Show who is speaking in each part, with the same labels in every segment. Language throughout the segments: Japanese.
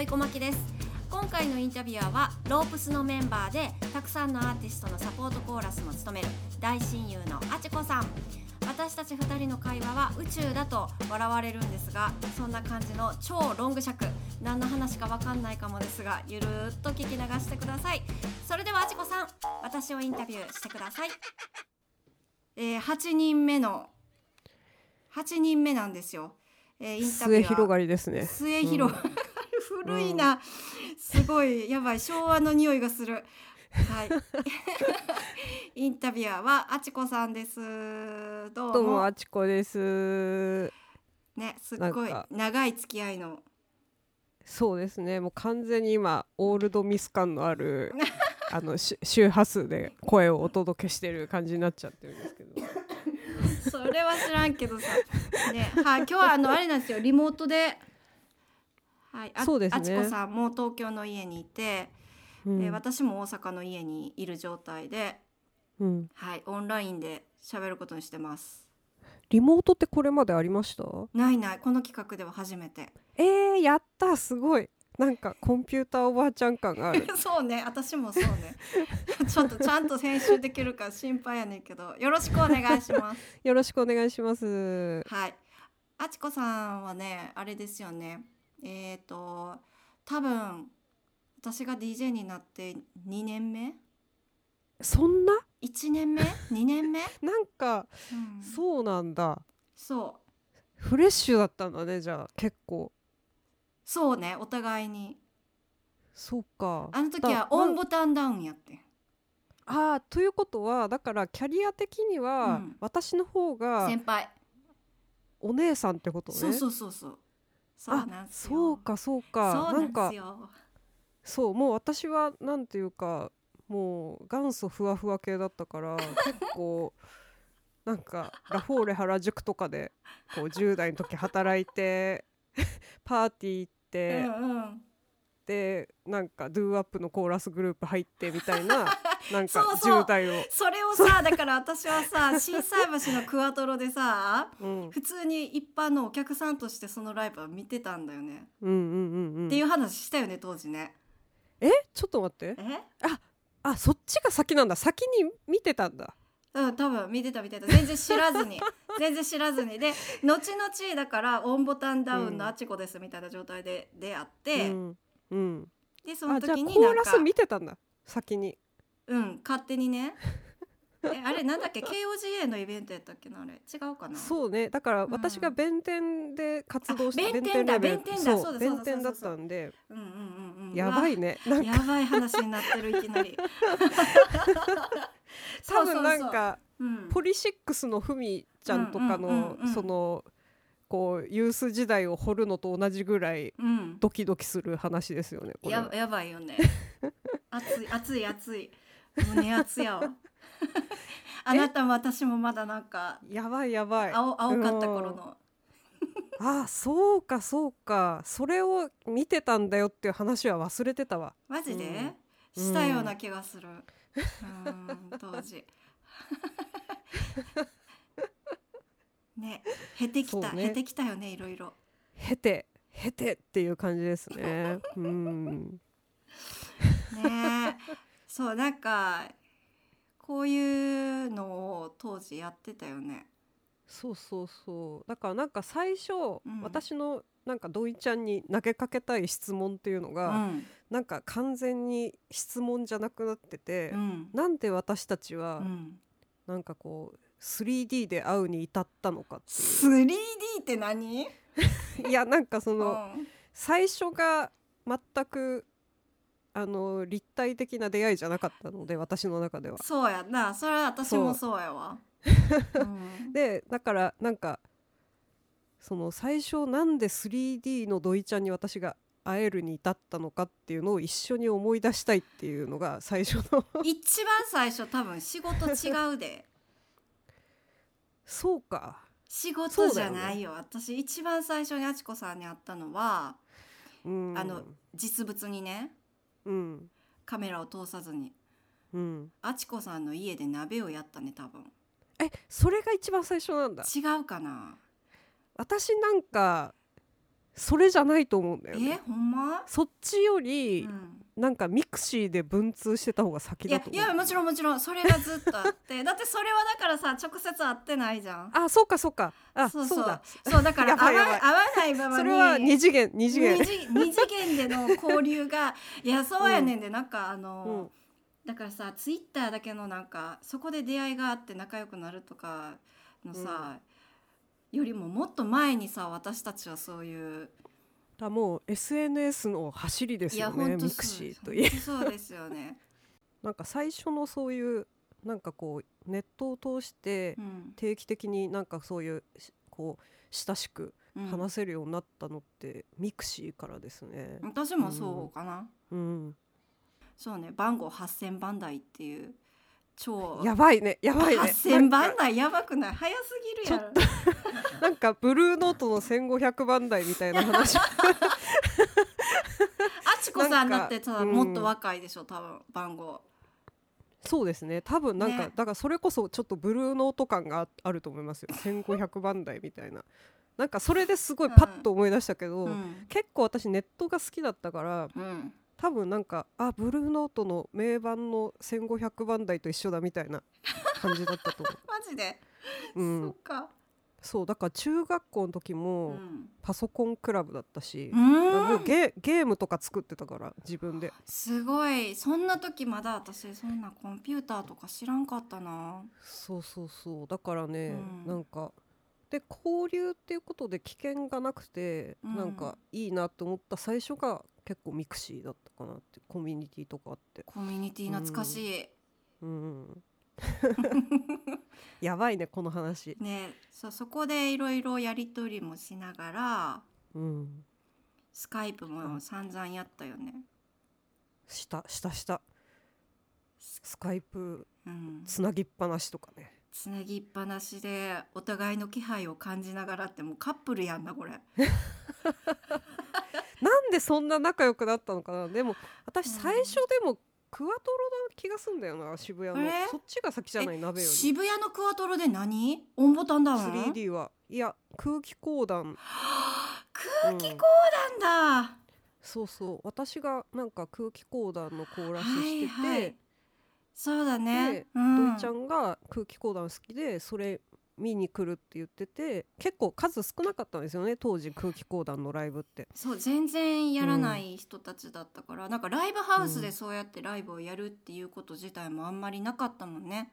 Speaker 1: 井小牧です今回のインタビュアーはロープスのメンバーでたくさんのアーティストのサポートコーラスも務める大親友のあちこさん私たち2人の会話は宇宙だと笑われるんですがそんな感じの超ロング尺何の話かわかんないかもですがゆるーっと聞き流してくださいそれではあちこさん私をインタビューしてくださいえー、8人目の8人目なんですよ、えー、インタビュ
Speaker 2: 末
Speaker 1: ー
Speaker 2: 広がりですね
Speaker 1: 末広、がり古いな、すごいやばい昭和の匂いがす るはいインタビュアーはあちこさんですどうも
Speaker 2: どうもあちこです
Speaker 1: ねすっごい
Speaker 2: なんか
Speaker 1: 長い付き合いの
Speaker 2: そうですねもう完全に今オールドミス感の あるあのし周波数で声をお届けしてる感じになっちゃってるんで すけど
Speaker 1: それは知らんけどさねはい今日はあのあれなんですよリモートではいあ
Speaker 2: そうですね
Speaker 1: あちこさんも東京の家にいて、
Speaker 2: うん
Speaker 1: えー私も大阪の家にいる状態で
Speaker 2: うん
Speaker 1: はいオンラインで喋ることにしてます
Speaker 2: リモートってこれまでありました
Speaker 1: ないないこの企画では初めて
Speaker 2: えー、やったすごいなんかコンピューターおばあちゃん感が ある
Speaker 1: そうね私もそうね ちょっとちゃんと編集できるか心配やねんけどよろしくお願いし ます
Speaker 2: よろしくお願いします
Speaker 1: はいあちこさんはねあれですよねえっ、ー、と多分私が DJ になって2年目
Speaker 2: そんな
Speaker 1: 1年 目2年目、
Speaker 2: なんか
Speaker 1: うん
Speaker 2: そうなんだ
Speaker 1: そう
Speaker 2: フレッシュだったんだねじゃあ結構
Speaker 1: そうねお互いに
Speaker 2: そうか
Speaker 1: あの時
Speaker 2: だ
Speaker 1: はオンボタンダウンやってん
Speaker 2: ああということはだからキャリア的には、
Speaker 1: うん
Speaker 2: 私の方が
Speaker 1: 先輩
Speaker 2: お姉さんってことね
Speaker 1: そうそうそうそうそうなん
Speaker 2: あ
Speaker 1: すよ
Speaker 2: そうかそうか
Speaker 1: そう
Speaker 2: な
Speaker 1: なん
Speaker 2: んか
Speaker 1: すよ
Speaker 2: そうもう私はなんていうかもう元祖ふわふわ系だったから結 構なんかラフォーレ原宿とかでこう10代の時働いてパーティー行っ
Speaker 1: う
Speaker 2: て、
Speaker 1: んうん
Speaker 2: でなんかドゥーアップのコーラスグループ入ってみたい ななんか
Speaker 1: そうそう
Speaker 2: 10代を。
Speaker 1: それをさだから私は さ心斎橋のクワトロでさ
Speaker 2: うん、
Speaker 1: 普通に一般のお客さんとしてそのライブは見てたんだよね、
Speaker 2: うんうんうん
Speaker 1: っ
Speaker 2: う
Speaker 1: てい
Speaker 2: ん
Speaker 1: う話したよね当時ね
Speaker 2: えちょっと待って
Speaker 1: え
Speaker 2: あそっちが先なんだ先に見てたんだ
Speaker 1: うん多分見てた見てた全然知らずに 全然知らずにで後々だからオンボタンダウンのあちこですみたいな状態で出会って、
Speaker 2: うんうん、
Speaker 1: でその
Speaker 2: あじゃあ
Speaker 1: 時に
Speaker 2: コ
Speaker 1: な
Speaker 2: ー
Speaker 1: ん
Speaker 2: ラ
Speaker 1: か
Speaker 2: ス見てたんだ先に
Speaker 1: うん勝手にねえあれなんだっけ KOGA のイベントやったっけなあれ違うかな
Speaker 2: そうねだから
Speaker 1: うん
Speaker 2: 私が弁天で活動して、
Speaker 1: あ弁天だ
Speaker 2: レベル
Speaker 1: 弁天だ
Speaker 2: そ
Speaker 1: そう
Speaker 2: う
Speaker 1: だそうだ
Speaker 2: 弁天
Speaker 1: そ
Speaker 2: だ
Speaker 1: う
Speaker 2: っ
Speaker 1: だそうだ
Speaker 2: たんで
Speaker 1: うんうんうんうん
Speaker 2: やばいねなんか
Speaker 1: やばい話になってるいきなり。
Speaker 2: 多分なんか
Speaker 1: そうそうそう、うん、
Speaker 2: ポリシックスのふみちゃんとかの、
Speaker 1: うんうんうんうん
Speaker 2: そのこうユース時代を掘るのと同じぐらい
Speaker 1: うん、
Speaker 2: ドキドキする話ですよねこれ
Speaker 1: や
Speaker 2: は
Speaker 1: やばいよね。熱い熱い熱い胸熱 やわ。あなたも私もまだなんか
Speaker 2: やばいやばい
Speaker 1: 青青かった頃の。
Speaker 2: あそうかそうかそれを見てたんだよっていう話は忘れてたわ
Speaker 1: マジで、
Speaker 2: うん
Speaker 1: したような気がする。うん、当時。 ね、減ってきた、
Speaker 2: そうね
Speaker 1: 減ってきたよねいろいろ。
Speaker 2: へてへてっていう感じです ねうん
Speaker 1: ね えそうなんかこういうのを当時やってたよね。
Speaker 2: そうそうそうだからなんか最初、
Speaker 1: ん
Speaker 2: 私のなんか土井ちゃんに投げかけたい質問っていうの
Speaker 1: う
Speaker 2: が、
Speaker 1: ん
Speaker 2: なんか完全に質問じゃなくなってて、
Speaker 1: うん
Speaker 2: なんで私たち
Speaker 1: う
Speaker 2: は
Speaker 1: ん、
Speaker 2: なんかこう 3D で会うに至ったのかっ
Speaker 1: 3D って何、
Speaker 2: ていういやなんかそうの
Speaker 1: ん、
Speaker 2: 最初が全くあの立体的な出会いじゃなかったので私の中では。
Speaker 1: そうやなそれは私もそうやわ。うん
Speaker 2: でだからなんかその最初なんで 3D の土井ちゃんに私が会えるに至ったのかっていうのを一緒に思い出したいっていうのが最初の
Speaker 1: 一番最初多分仕事違うで
Speaker 2: そうか、
Speaker 1: 仕
Speaker 2: そ
Speaker 1: 事
Speaker 2: う
Speaker 1: じ
Speaker 2: だ
Speaker 1: ゃ
Speaker 2: よね
Speaker 1: ないよ私一番最初にあちこさんに会ったのは
Speaker 2: うん、
Speaker 1: あの実物にね
Speaker 2: うん
Speaker 1: カメラを通さずに
Speaker 2: うん
Speaker 1: あちこさんの家で鍋をやったね多分
Speaker 2: えそれが一番最初なんだ
Speaker 1: 違うかな
Speaker 2: 私なんかそれじゃないと思うんだよね
Speaker 1: えほんま、
Speaker 2: そっちよ
Speaker 1: う
Speaker 2: り、
Speaker 1: ん、
Speaker 2: なんかミクシーで文通してた方が先
Speaker 1: い
Speaker 2: だ
Speaker 1: や
Speaker 2: と
Speaker 1: い
Speaker 2: 思う
Speaker 1: やもちろんもちろんそれがずっとあって だってそれはだからさ直接会ってないじゃん
Speaker 2: あそうかそうかあそう
Speaker 1: そう
Speaker 2: だ
Speaker 1: そうだから
Speaker 2: やばい
Speaker 1: 会わ
Speaker 2: やばい
Speaker 1: 会わないままに
Speaker 2: それは二次元二
Speaker 1: 二
Speaker 2: 次元
Speaker 1: 次二次元での交流がいやそうやねんで、なんかあの、
Speaker 2: うん
Speaker 1: だからさツイッターだけのなんかそこで出会いがあって仲良くなるとかのさ、よりももっと前にさ私たちはそういう、
Speaker 2: だもう SNS の走りです
Speaker 1: いや
Speaker 2: よ
Speaker 1: 本
Speaker 2: ね
Speaker 1: 当
Speaker 2: ミクシーといえ
Speaker 1: そうですよね。
Speaker 2: なんか最初のそういうなんかこうネットを通して
Speaker 1: うん
Speaker 2: 定期的になんかそういうしこう親しく
Speaker 1: うん
Speaker 2: 話せるようになったのってミクシーからですね。
Speaker 1: 私もそうかな、
Speaker 2: うん、
Speaker 1: そうね番号8000番台っていう超
Speaker 2: やばいねやばいね。
Speaker 1: 8000
Speaker 2: なん
Speaker 1: 番
Speaker 2: か
Speaker 1: 台やばくない早すぎるやろ
Speaker 2: なんかブルーノートの1500番台みたいな話
Speaker 1: あちこさんだってさ、
Speaker 2: なんかうん
Speaker 1: もっと若いでしょ多分番号
Speaker 2: そうですね多分なんか、
Speaker 1: ね
Speaker 2: だからそれこそちょっとブルーノート感がああると思いますよ1500番台みたいななんかそれですごいパッと思い出したけど、
Speaker 1: うん、
Speaker 2: 結構私ネットが好きだったから
Speaker 1: うん、
Speaker 2: 多分なんかあブルーノートの名盤の1500番台と一緒だみたいな感じだったと思
Speaker 1: マジで、
Speaker 2: う、う
Speaker 1: そ
Speaker 2: ん
Speaker 1: っ、か
Speaker 2: そうだから中学校の時
Speaker 1: う
Speaker 2: も
Speaker 1: ん
Speaker 2: パソコンクラブだったし、だから
Speaker 1: う
Speaker 2: も
Speaker 1: ん
Speaker 2: うゲゲームとか作ってたから自分です
Speaker 1: ごいそんな時まだ私そんなコンピューターとか知らんかったな
Speaker 2: そうそうそうだからね、
Speaker 1: うん
Speaker 2: なんかで交流っていうことで危険がなくて、
Speaker 1: うん
Speaker 2: なんかいいなと思った最初が結構ミクシーだったかなってコミュニティとかあって、
Speaker 1: コミュニティ懐かしい、
Speaker 2: うん、 やばいねこの話、
Speaker 1: ねそうそこでいろいろやり取りもしながら
Speaker 2: うん、
Speaker 1: スカイプも散々やったよね、
Speaker 2: したしたしたスカイプ
Speaker 1: うん、
Speaker 2: つなぎっぱなしとかね
Speaker 1: つなぎっぱなしでお互いの気配を感じながらってもうカップルやんなこれ
Speaker 2: なんでそんな仲良くなったのかなでも私
Speaker 1: うん
Speaker 2: 最初でもクワトロな気がすんだよな渋谷の
Speaker 1: あれ
Speaker 2: そっちが先じゃない鍋より
Speaker 1: 渋谷のクワトロで何オンボタンだわん
Speaker 2: 3D はいや空気講談
Speaker 1: 空気
Speaker 2: うん
Speaker 1: 講談だ、
Speaker 2: そうそう私がなんか空気講談のコーラスしてて、
Speaker 1: はいはいそうだね
Speaker 2: で、
Speaker 1: うん、
Speaker 2: 土井ちゃんが空気講談好きでそれ見に来るって言ってて結構数少なかったんですよね当時空気講談のライブって
Speaker 1: そう全然やらない人たちだったから、なんかライブハウスでそうやってライブをやるっていうこと自体もあんまりなかったもんね。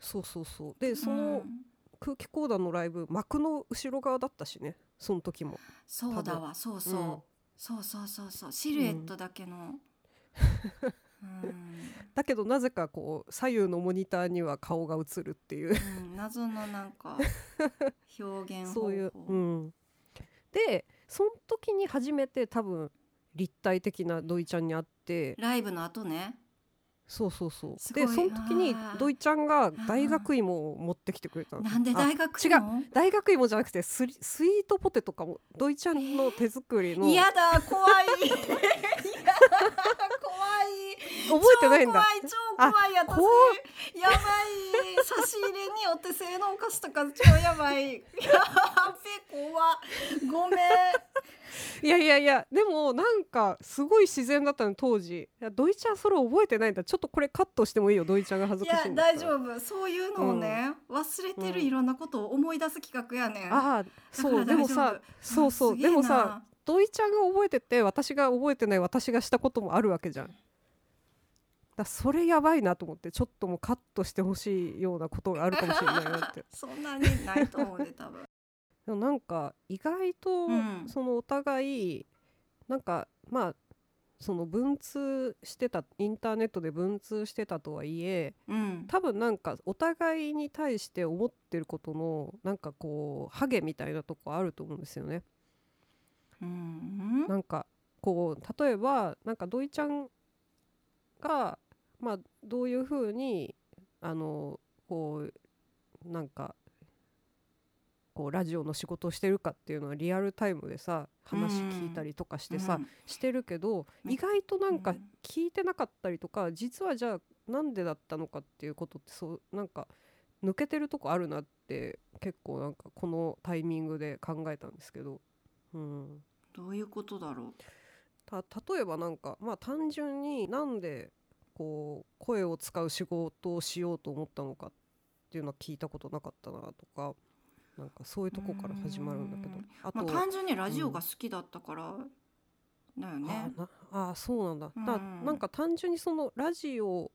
Speaker 2: そうそうそうでそうの
Speaker 1: ん
Speaker 2: 空気講談のライブ幕の後ろ側だったしねその時も
Speaker 1: そうだわそうそう、
Speaker 2: うん
Speaker 1: そうそうそうそうシルエットだけの、うん
Speaker 2: だけどなぜかこう左右のモニターには顔が映るっていう
Speaker 1: うん謎のなん か表現方法
Speaker 2: そういう、うん、でその時に初めて多分立体的な土井ちゃんに会って
Speaker 1: ライブの後ね
Speaker 2: そうそうそ
Speaker 1: す
Speaker 2: う
Speaker 1: ごい
Speaker 2: でその時に
Speaker 1: あー
Speaker 2: 土井ちゃんが大学芋を持ってきてくれたの
Speaker 1: なんで
Speaker 2: あ
Speaker 1: 大学
Speaker 2: 違う
Speaker 1: の
Speaker 2: 大学芋じゃなくてスリスイートポテトかも土井ちゃんの手作りの、
Speaker 1: 嫌だ 怖い嫌だ怖い
Speaker 2: 覚えてないんだ
Speaker 1: 超怖い超怖い私
Speaker 2: こ
Speaker 1: やばい差し入れにお手製のお菓子とか超やばいやっべ怖ごめん
Speaker 2: いやいやいやでもなんかすごい自然だったの当時いや土井ちゃんそれ覚えてないんだちょっとこれカットしてもいいよ土井ちゃんが恥ず
Speaker 1: い
Speaker 2: かし
Speaker 1: や
Speaker 2: いんだ
Speaker 1: 大
Speaker 2: ったら
Speaker 1: 丈夫そういうのをね、忘れてるいろんなことを思い出す企画やねん
Speaker 2: ああそ
Speaker 1: だか
Speaker 2: うで
Speaker 1: ら大丈夫
Speaker 2: もさそうそ
Speaker 1: んす
Speaker 2: う
Speaker 1: げ
Speaker 2: で
Speaker 1: えな
Speaker 2: もさ土井ちゃんが覚えてて私が覚えてない私がしたこともあるわけじゃんだそれやばいなと思ってちょっともうカットしてほしいようなことがあるかもしれないなって
Speaker 1: そんなにないと思うで多分
Speaker 2: でもなんか意外と
Speaker 1: うん
Speaker 2: そのお互いなんかまあその文通してたインターネットで文通してたとはいえ
Speaker 1: うん
Speaker 2: 多分なんかお互いに対して思ってることのなんかこうハゲみたいなとこあると思うんですよね。
Speaker 1: うん
Speaker 2: なんかこう例えばなんか土井ちゃんが、まあ、どういうふうにあのこうなんかこうラジオの仕事をしてるかっていうのはリアルタイムでさ話聞いたりとかしてさ、
Speaker 1: うん
Speaker 2: してるけど
Speaker 1: ね
Speaker 2: 意外となん
Speaker 1: う
Speaker 2: か
Speaker 1: ん
Speaker 2: 聞いてなかったりとか実はじゃあなんでだったのかっていうことってそうなんか抜けてるとこあるなって結構なんかこのタイミングで考えたんですけど。うん
Speaker 1: どういうことだろ
Speaker 2: た例えばなんかまあ単純になんでこう声を使う仕事をしようと思ったのかっていうのは聞いたことなかったなとかなんかそういうとこから始まるんだけど
Speaker 1: うーん
Speaker 2: あ
Speaker 1: う、まあ、
Speaker 2: と、
Speaker 1: 単純にラジオが好きだったからだよね
Speaker 2: あ、なあーそうなんだだ
Speaker 1: うん
Speaker 2: なんか単純にそのラジオ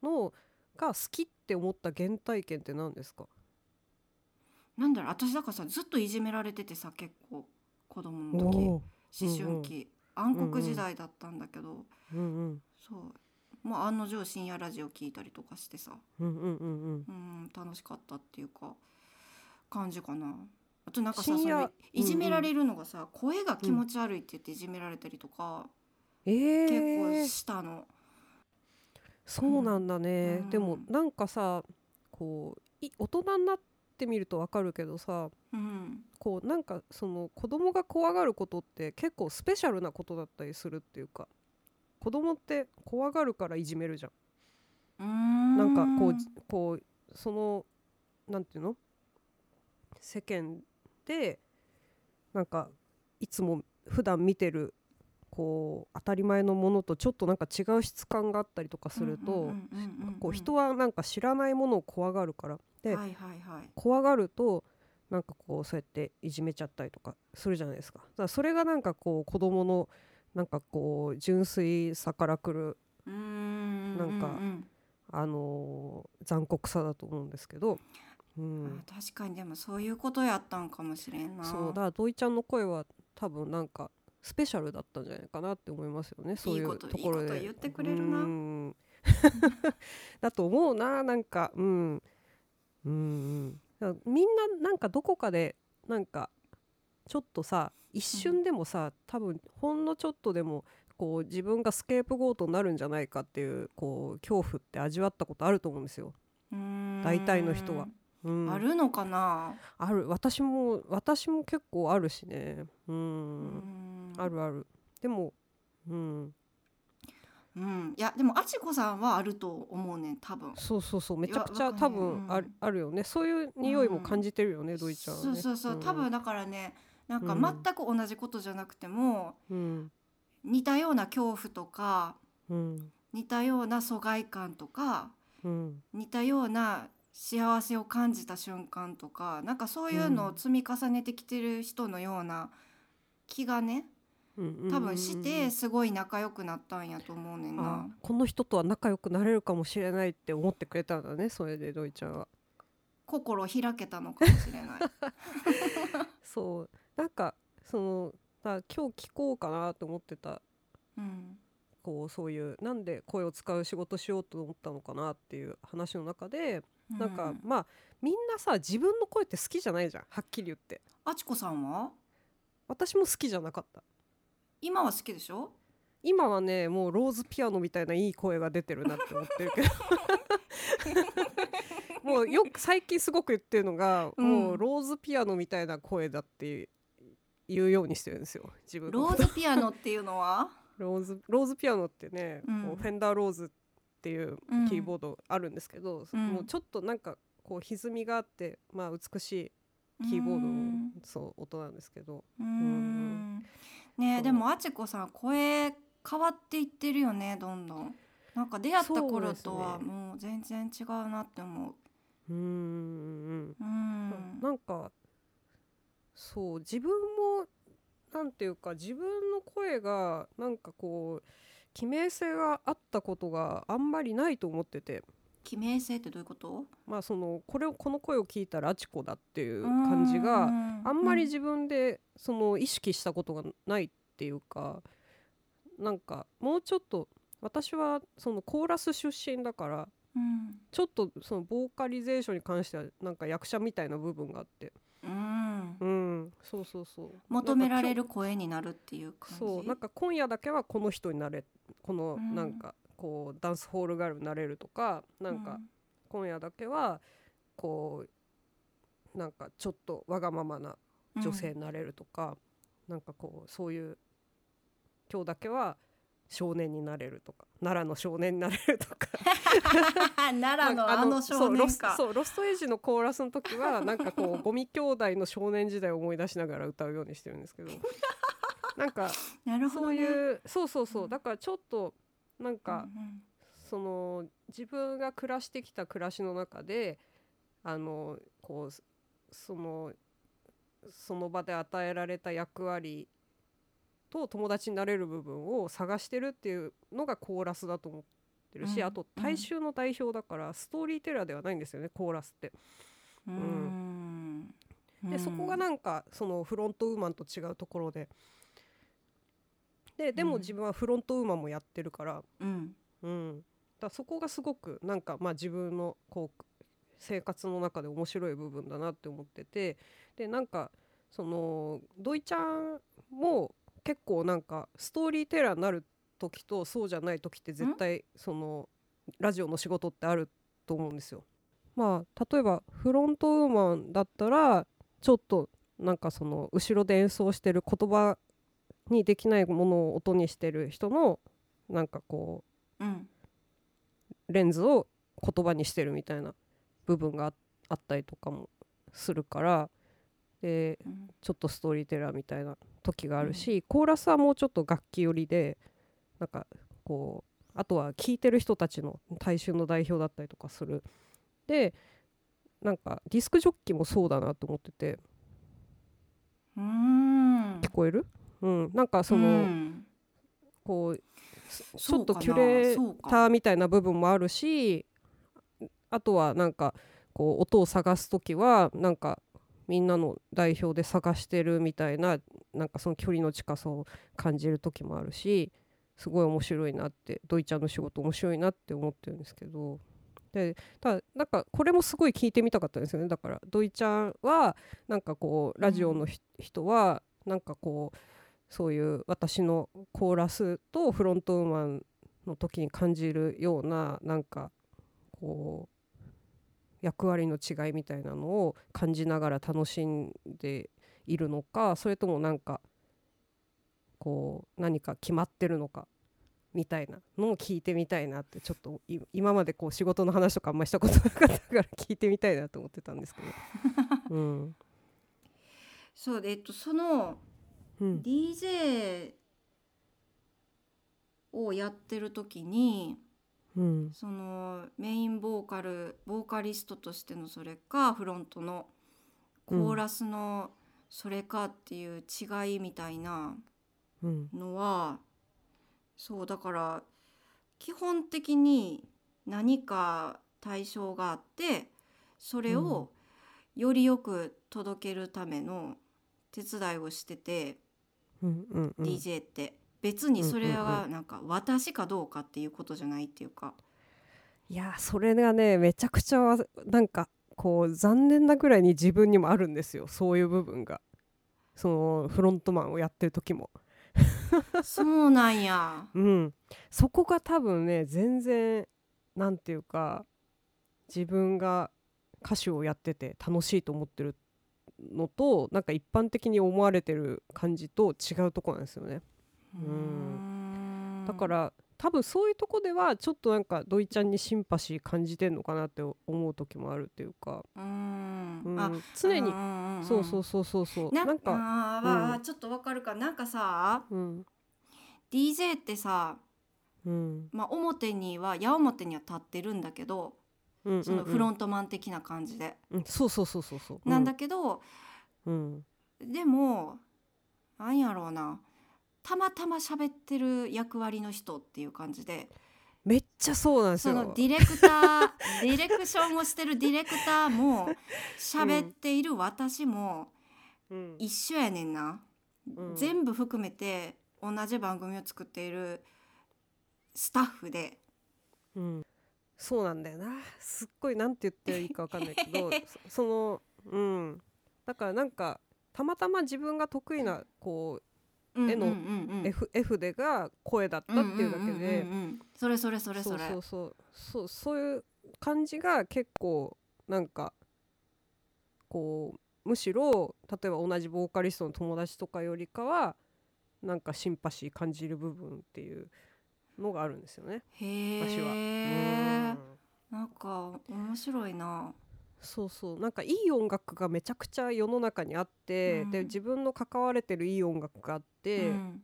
Speaker 2: のが好きって思った原体験って何ですか
Speaker 1: なんだろう私だからさずっといじめられててさ結構子供の時
Speaker 2: お
Speaker 1: 思春期、暗黒時代だったんだけど、
Speaker 2: ーうんうん
Speaker 1: そうもう案の定深夜ラジオ聞いたりとかしてさ
Speaker 2: うんうんうんうん
Speaker 1: うん楽しかったっていうか感じかなあとなんかさ
Speaker 2: 深
Speaker 1: そ
Speaker 2: 夜
Speaker 1: のいじめられるのがさ、声が気持ち悪いって言っていじめられたりとか、
Speaker 2: えー、
Speaker 1: 結構したの、
Speaker 2: そうなんだね、
Speaker 1: うん
Speaker 2: でもなんかさこうい大人になってみるとわかるけどさ
Speaker 1: うん、
Speaker 2: こうなんかその子供が怖がることって結構スペシャルなことだったりするっていうか子供って怖がるからいじめるじゃん。
Speaker 1: うーん
Speaker 2: なんかこうじこうそのなんていうの世間でなんかいつも普段見てるこう当たり前のものとちょっとなんか違う質感があったりとかすると、
Speaker 1: うんうんうんうんうん
Speaker 2: こう人はなんか知らないものを怖がるからで、
Speaker 1: はいはいはい
Speaker 2: 怖がるとなんかこうそうやっていじめちゃったりとかするじゃないですかだからそれがなんかこう子供のなんかこう純粋さからくる
Speaker 1: うーん
Speaker 2: なんか
Speaker 1: ううん
Speaker 2: あのー残酷さだと思うんですけど、う
Speaker 1: うん
Speaker 2: ん、
Speaker 1: あ確かにでもそういうことやったんかもしれんな
Speaker 2: そうだから土井ちゃんの声は多分なんかスペシャルだったんじゃないかなって思いますよねそうい
Speaker 1: いうこと
Speaker 2: とこ
Speaker 1: い
Speaker 2: ろで
Speaker 1: いこと言ってくれるな
Speaker 2: うんだと思うななんかうんうんうんだからみんななんかどこかでなんかちょっとさ一瞬でもさ、多分ほんのちょっとでもこう自分がスケープゴートになるんじゃないかっていうこう恐怖って味わったことあると思うんですよ。
Speaker 1: うーん
Speaker 2: 大体の人はうん、
Speaker 1: あるのかな、
Speaker 2: ある私も私も結構あるしねう
Speaker 1: うんん
Speaker 2: あるあるでもうん
Speaker 1: うん、いやでもあちこさんはあると思うねん多分
Speaker 2: そうそうそうめちゃくちゃ
Speaker 1: わか
Speaker 2: 多
Speaker 1: んない
Speaker 2: 分あ,、
Speaker 1: うん
Speaker 2: あるよねそういう匂いも感じてるよね、
Speaker 1: そ
Speaker 2: ド
Speaker 1: う
Speaker 2: イちゃんは、ね、
Speaker 1: そうそう、
Speaker 2: ん
Speaker 1: 多分だからねなんか
Speaker 2: うん
Speaker 1: 全く同じことじゃなくても、
Speaker 2: うん
Speaker 1: 似たような恐怖とか
Speaker 2: うん
Speaker 1: 似たような疎外感とか
Speaker 2: うん
Speaker 1: 似たような幸せを感じた瞬間とかなんかそういうのを積み重ねてきてる人のような気がね
Speaker 2: うん
Speaker 1: 多分し
Speaker 2: うんうんう
Speaker 1: て
Speaker 2: ん
Speaker 1: すごい仲良くなったんやと思うねん
Speaker 2: あ
Speaker 1: な。
Speaker 2: この人とは仲良くなれるかもしれないって思ってくれたんだねそれでドイちゃんは
Speaker 1: 心を開けたのかも しれない。
Speaker 2: そうなんかそのだ今日聞こうかなと思ってた
Speaker 1: うん、
Speaker 2: こうそういうなんで声を使う仕事しようと思ったのかなっていう話の中でなん
Speaker 1: う
Speaker 2: か、
Speaker 1: ん
Speaker 2: まあみんなさ自分の声って好きじゃないじゃんはっきり言って
Speaker 1: あちこさんは
Speaker 2: 私も好きじゃなかった
Speaker 1: 今は好きでしょ
Speaker 2: 今はねもうローズピアノみたいないい声が出てるなって思ってるけ どもうよく最近すごく言ってるのが、
Speaker 1: うん
Speaker 2: もうローズピアノみたいな声だって言うようにしてるんですよ自分の
Speaker 1: ロ
Speaker 2: こ
Speaker 1: ー
Speaker 2: と
Speaker 1: ズピアノっていうのは
Speaker 2: ローズローズピアノってね、
Speaker 1: うん
Speaker 2: こうフェンダーローズっていう
Speaker 1: うん
Speaker 2: キーボードあるんですけど、
Speaker 1: うん
Speaker 2: もうちょっとなんかこう歪みがあって、まあ、美しいキーボード
Speaker 1: う
Speaker 2: の
Speaker 1: ん
Speaker 2: そう音なんですけど
Speaker 1: うーん
Speaker 2: ん
Speaker 1: ね
Speaker 2: そ
Speaker 1: え
Speaker 2: う
Speaker 1: でもあちこさん声変わっていってるよねどんどんなんか出会った頃とは
Speaker 2: そうですね
Speaker 1: もう全然違うなって思う
Speaker 2: うーん
Speaker 1: う
Speaker 2: なんなんかそう自分もなんていうか自分の声がなんかこう記名性があったことがあんまりないと思ってて
Speaker 1: 記名性ってどういうこと
Speaker 2: まあそのこれをこの声を聞いたらあちこだっていう感じがあんまり自分でその意識したことがないっていうかなんかもうちょっと私はそのコーラス出身だから
Speaker 1: うん
Speaker 2: ちょっとそのボーカリゼーションに関してはなんか役者みたいな部分があって
Speaker 1: うん
Speaker 2: うんそうそうそう
Speaker 1: 求められ
Speaker 2: なんか
Speaker 1: る声になるっていう
Speaker 2: き
Speaker 1: 感じ
Speaker 2: ょそうなんか今夜だけはこの人になれこの
Speaker 1: うん
Speaker 2: なんかこうダンスホールガールになれるとかなんか今夜だけはこうなんかちょっとわがままな
Speaker 1: うん
Speaker 2: 女性になれるとか、なんかこうそういう今日だけは少年になれるとか奈良の少年になれるとか
Speaker 1: 奈良のあの
Speaker 2: そ
Speaker 1: 少
Speaker 2: うロ
Speaker 1: 年
Speaker 2: ス
Speaker 1: か
Speaker 2: そうロストエイジのコーラス の時はなんかこうゴミ兄弟の少年時代を思い出しながら歌うようにしてるんですけどなんか
Speaker 1: なるほ
Speaker 2: そ
Speaker 1: ど
Speaker 2: う
Speaker 1: ね、
Speaker 2: いうそうそう
Speaker 1: う
Speaker 2: そ
Speaker 1: ん
Speaker 2: うだからちょっとなん
Speaker 1: うんう
Speaker 2: か
Speaker 1: ん
Speaker 2: その自分が暮らしてきた暮らしの中であのこうそのその場で与えられた役割と友達になれる部分を探してるっていうのがコーラスだと思ってるし、
Speaker 1: うん
Speaker 2: あと大衆の代表だからストーリーテラーではないんですよねコーラスって。
Speaker 1: うー
Speaker 2: ん
Speaker 1: ん
Speaker 2: でそこがなんかそのフロントウーマンと違うところででで
Speaker 1: う
Speaker 2: も
Speaker 1: ん
Speaker 2: 自分はフロントウーマンもやってるから,、
Speaker 1: うん
Speaker 2: うん、だからそこがすごくなんかまあ自分のこう生活の中で面白い部分だなって思っててでなんかその土井ちゃんも結構なんかストーリーテラーになる時とそうじゃない時って絶対そのラジオの仕事ってあると思うんですよ。まあ例えばフロントウーマンだったらちょっとなんかその後ろで演奏してる言葉にできないものを音にしてる人のなんかこ
Speaker 1: うん
Speaker 2: うレンズを言葉にしてるみたいな部分がああったりとかもするからで
Speaker 1: うん
Speaker 2: ちょっとストーリーテラーみたいな時があるし、コーラスはもうちょっと楽器寄りでなんかこうあとは聴いてる人たちの大衆の代表だったりとかするでなんかディスクジョッキーもそうだなと思ってて
Speaker 1: うーん
Speaker 2: 聞こえる、うん、なんかその、
Speaker 1: うん
Speaker 2: こうすち
Speaker 1: そ
Speaker 2: ょっ
Speaker 1: うか
Speaker 2: と
Speaker 1: な
Speaker 2: キュレ
Speaker 1: そ
Speaker 2: ー
Speaker 1: うか
Speaker 2: ターみたいな部分もあるしあとはなんかこう音を探す時はなんかみんなの代表で探してるみたいななんかその距離の近さを感じる時もあるしすごい面白いなってドイちゃんの仕事面白いなって思ってるんですけどでただなんかこれもすごい聞いてみたかったんですよねだからドイちゃんはなんかこうラジオのひ、人はなんかこうそういう私のコーラスとフロントウーマンの時に感じるようななんかこう役割の違いみたいなのを感じながら楽しんでいるのかそれともなんかこう何か決まってるのかみたいなのを聞いてみたいなってちょっとい今までこう仕事の話とかあんまりしたことなかったから聞いてみたいなと思ってたんですけど。うん
Speaker 1: そうでえっとその
Speaker 2: うん
Speaker 1: DJ をやってる時に
Speaker 2: うん
Speaker 1: そのメインボーカルボーカリストとしてのそれかフロントのコーラスのそれかっていう違いみたいな
Speaker 2: うん
Speaker 1: のはそうだから基本的に何か対象があってそれをよりよく届けるための手伝いをしてて、
Speaker 2: うんうんうん
Speaker 1: DJ って別にそれ
Speaker 2: うんうん
Speaker 1: はなんか私かどうかっていうことじゃないっていう か。
Speaker 2: いやーそれがねめちゃくちゃわなんかこう残念なぐらいに自分にもあるんですよそういう部分がそのフロントマンをやってる時も
Speaker 1: そうなんや。
Speaker 2: うんそこが多分ね全然なんていうか自分が歌手をやってて楽しいと思ってるのとなんか一般的に思われてる感じと違うとこなんですよね
Speaker 1: うん
Speaker 2: だか、ら多分そういうとこではちょっとなんか土井ちゃんにシンパシー感じてんのかなって思う時もあるっていうか
Speaker 1: うん
Speaker 2: うん
Speaker 1: あ
Speaker 2: 常に
Speaker 1: うんんんん
Speaker 2: そうそうそうそうそう
Speaker 1: な
Speaker 2: なんん
Speaker 1: か
Speaker 2: か
Speaker 1: あーわーちょっとわかるかなんかさ
Speaker 2: うん
Speaker 1: DJ ってさ、
Speaker 2: うん
Speaker 1: まあ、表には矢面には立ってるんだけど
Speaker 2: うん
Speaker 1: そのフロ
Speaker 2: ン
Speaker 1: ントマン的な感じで、
Speaker 2: そうそうそうそうそう
Speaker 1: なんだけど
Speaker 2: うん
Speaker 1: でもなんやろうなたまたま喋ってる役割の人っていう感じで
Speaker 2: めっちゃそうなんです
Speaker 1: その
Speaker 2: よ
Speaker 1: ディレクター ディレクションをしてるディレクターも喋っている私も
Speaker 2: うん
Speaker 1: 一緒やねんな。
Speaker 2: うん
Speaker 1: 全部含めて同じ番組を作っているスタッフで
Speaker 2: うんそうなんだよなすっごいなんて言っていいかわかんないけ どそそのうんだからなんかたまたま自分が得意なこ
Speaker 1: 絵
Speaker 2: のう F, F 筆が声だったっていうだけで
Speaker 1: それそれそれそれ
Speaker 2: そうそうそうそうそういう感じが結構なんかこうむしろ例えば同じボーカリストの友達とかよりかはなんかシンパシー感じる部分っていうのがあるんですよね。
Speaker 1: へ
Speaker 2: 私はう
Speaker 1: え
Speaker 2: ん
Speaker 1: なんか面白いな
Speaker 2: そうそうなんかいい音楽がめちゃくちゃ世の中にあって、
Speaker 1: うん
Speaker 2: で自分の関われてるいい音楽があって、
Speaker 1: うん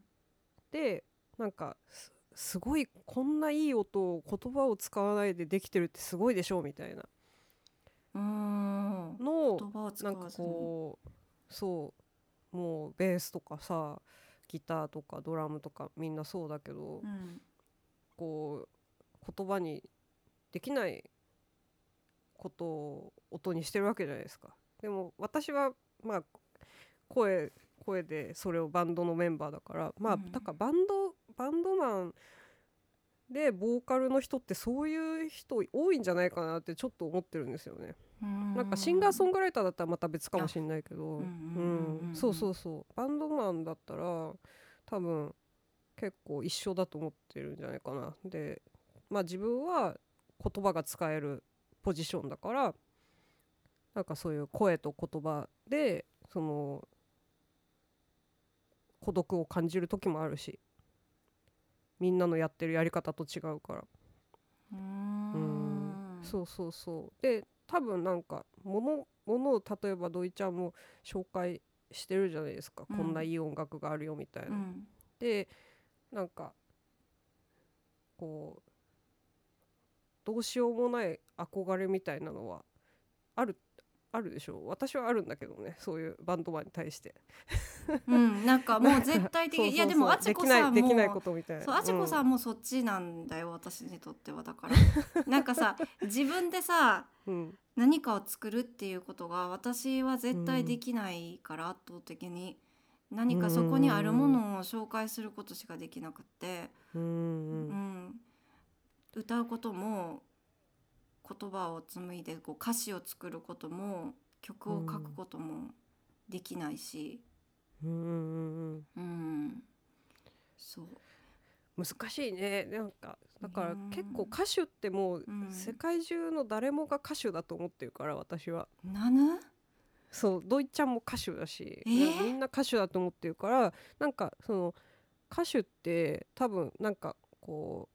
Speaker 2: でなんかすすごいこんないい音を言葉を使わないでできてるってすごいでしょみたいな
Speaker 1: うーん
Speaker 2: のを
Speaker 1: 言葉を使
Speaker 2: なん
Speaker 1: わ
Speaker 2: か
Speaker 1: ずに
Speaker 2: こうそうもうベースとかさギターとかドラムとかみんなそうだけど、
Speaker 1: うん
Speaker 2: こう言葉にできないことを音にしてるわけじゃないですか。でも私はまあ声声でそれをバンドのメンバーだからまあ、
Speaker 1: うん
Speaker 2: だからバンドバンドマンでボーカルの人ってそういう人多いんじゃないかなってちょっと思ってるんですよね。なんかシンガーソングライターだったらまた別かもしれないけど、
Speaker 1: ううんう
Speaker 2: うん
Speaker 1: んうん
Speaker 2: ん、そうそうそうバンドマンだったら多分結構一緒だと思ってるんじゃないかな。でまあ自分は言葉が使えるポジションだからなんかそういう声と言葉でその孤独を感じる時もあるしみんなのやってるやり方と違うから
Speaker 1: うーん
Speaker 2: そうそうそうで多分なんか物物を例えば土井ちゃんも紹介してるじゃないですか、
Speaker 1: うん
Speaker 2: こんないい音楽があるよみたいな。
Speaker 1: うん
Speaker 2: でなんかこうどうしようもない憧れみたいなのはあるあるでしょう私はあるんだけどねそういうバンドマンに対して。
Speaker 1: うんなんかもう絶対的
Speaker 2: そうそう
Speaker 1: い
Speaker 2: そう
Speaker 1: やでもあち
Speaker 2: で
Speaker 1: こ
Speaker 2: き
Speaker 1: さ
Speaker 2: なんい
Speaker 1: も
Speaker 2: できないことみたいな。
Speaker 1: そうあちこさ
Speaker 2: ん、
Speaker 1: んもそっちなんだよ、私にとってはだから なんかさ自分でさ
Speaker 2: うん
Speaker 1: 何かを作るっていうことが私は絶対できないから、圧倒的に何かそこにあるものを紹介することしかできなくって、
Speaker 2: う
Speaker 1: うん
Speaker 2: んうん
Speaker 1: 歌うことも言葉を紡いでこう歌詞を作ることも曲を書くこともできないし、
Speaker 2: うんうんうん
Speaker 1: うん、そう
Speaker 2: 難しいねなんかだから
Speaker 1: うん
Speaker 2: 結構歌手ってもう
Speaker 1: うん
Speaker 2: 世界中の誰もが歌手だと思ってるから私は
Speaker 1: なぬ
Speaker 2: そうドイちゃんも歌手だし、
Speaker 1: えー
Speaker 2: みんな歌手だと思ってるからなんかその歌手って多分なんかこう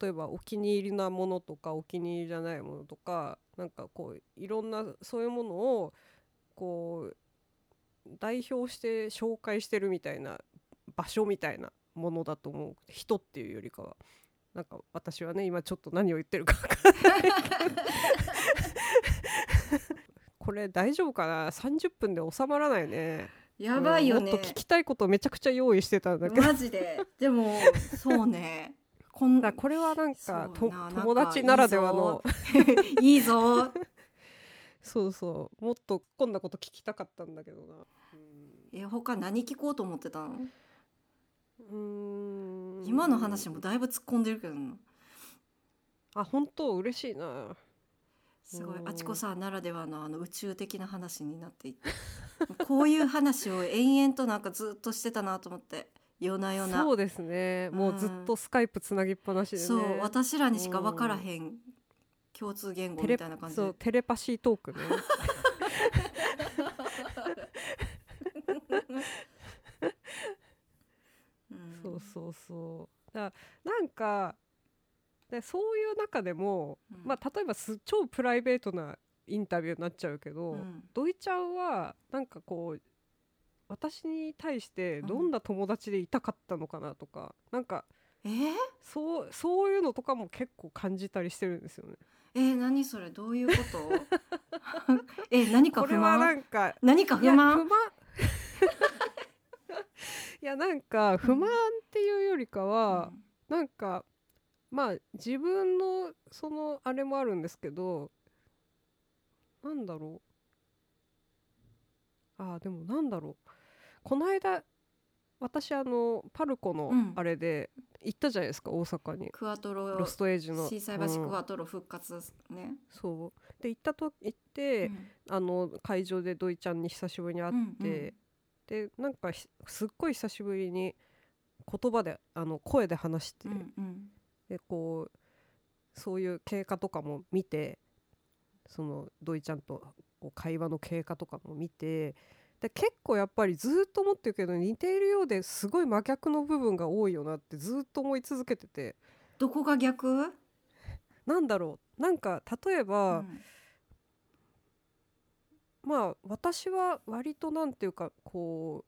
Speaker 2: 例えばお気に入りなものとかお気に入りじゃないものとかなんかこういろんなそういうものをこう代表して紹介してるみたいな場所みたいなものだと思う人っていうよりかはなんか私はね今ちょっと何を言ってるか分かんないけどこれ大丈夫かな30分で収まらないね
Speaker 1: やばいよね、
Speaker 2: うんもっと聞きたいことめちゃくちゃ用意してたんだけど
Speaker 1: マジででもそうねこん
Speaker 2: だ からこれはなん
Speaker 1: そう
Speaker 2: か
Speaker 1: な
Speaker 2: と
Speaker 1: なんか
Speaker 2: 友達ならではの
Speaker 1: いいぞ
Speaker 2: そうそうもっとこんなこと聞きたかったんだけどな
Speaker 1: え他何聞こうと思ってたの
Speaker 2: うんうーん
Speaker 1: 今の話もだいぶ突っ込んでるけどな
Speaker 2: あ本当嬉しいな
Speaker 1: すごい
Speaker 2: うん
Speaker 1: あちこさんならではのあの宇宙的な話になっていってこういう話を延々となんかずっとしてたなと思って夜な夜な
Speaker 2: そうですねもうずっとスカイプつなぎっぱなしでね、
Speaker 1: そう私らにしか分からへん共通言語
Speaker 2: テ
Speaker 1: み
Speaker 2: レ
Speaker 1: たいな感じ
Speaker 2: そ
Speaker 1: で
Speaker 2: うテレパシートークね
Speaker 1: うん
Speaker 2: そうそうそうだからなんかでそういう中でも、
Speaker 1: うん
Speaker 2: まあ、例えばす超プライベートなインタビューになっちゃうけど、
Speaker 1: うん
Speaker 2: 土井ちゃんはなんかこう私に対して
Speaker 1: うん
Speaker 2: どんな友達でいたかったのかなとか、なんか
Speaker 1: えー
Speaker 2: そうそういうのとかも結構感じたりしてるんですよね。
Speaker 1: えー何それどういうこと え何か
Speaker 2: こ
Speaker 1: 不
Speaker 2: れはな
Speaker 1: 満
Speaker 2: んか
Speaker 1: 何か
Speaker 2: い
Speaker 1: 不
Speaker 2: や
Speaker 1: 満
Speaker 2: いやなんか不満っていうよりかは、なんかまあ自分のそのあれもあるんですけどなんだろうあーでもなんだろうこの間私あのパルコの
Speaker 1: うん
Speaker 2: あれで行ったじゃないですか、大阪に
Speaker 1: クワトロ
Speaker 2: ロストエイジの。
Speaker 1: シーサイバシ
Speaker 2: う
Speaker 1: ク
Speaker 2: ん
Speaker 1: ワトロ復活ですね、
Speaker 2: そうで行ったと行って、
Speaker 1: うん
Speaker 2: あの会場で土井ちゃんに久しぶりに会って、でなんかひすっごい久しぶりに言葉であの声で話して、
Speaker 1: うんうんうん
Speaker 2: でこうそういう経過とかも見てその土井ちゃんとこう会話の経過とかも見てで結構やっぱりずーっと思ってるけど似ているようですごい真逆の部分が多いよなってずーっと思い続けてて
Speaker 1: どこが逆、
Speaker 2: なんだろうなんか例えば、
Speaker 1: うん
Speaker 2: まあ私は割となんていうかこ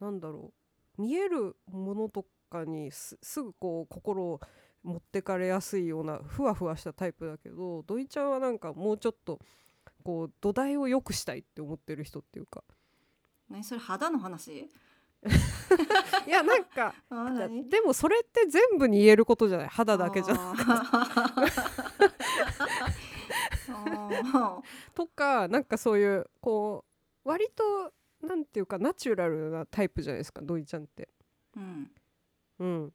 Speaker 2: うなんだろう見えるものとかにすすぐこう心を持ってかれやすいようなふわふわしたタイプだけど土井ちゃんはなんかもうちょっとこう土台を良くしたいって思ってる人っ ていうか
Speaker 1: 何それ肌の話
Speaker 2: いやなんか
Speaker 1: あー
Speaker 2: じ ゃ
Speaker 1: 何
Speaker 2: でもそれって全部に言えることじゃない肌だけじゃん
Speaker 1: あ ーあ
Speaker 2: とかなんかそういうこう割となんていうかナチュラルなタイプじゃないですか土井ちゃんって。
Speaker 1: ーうん
Speaker 2: うん、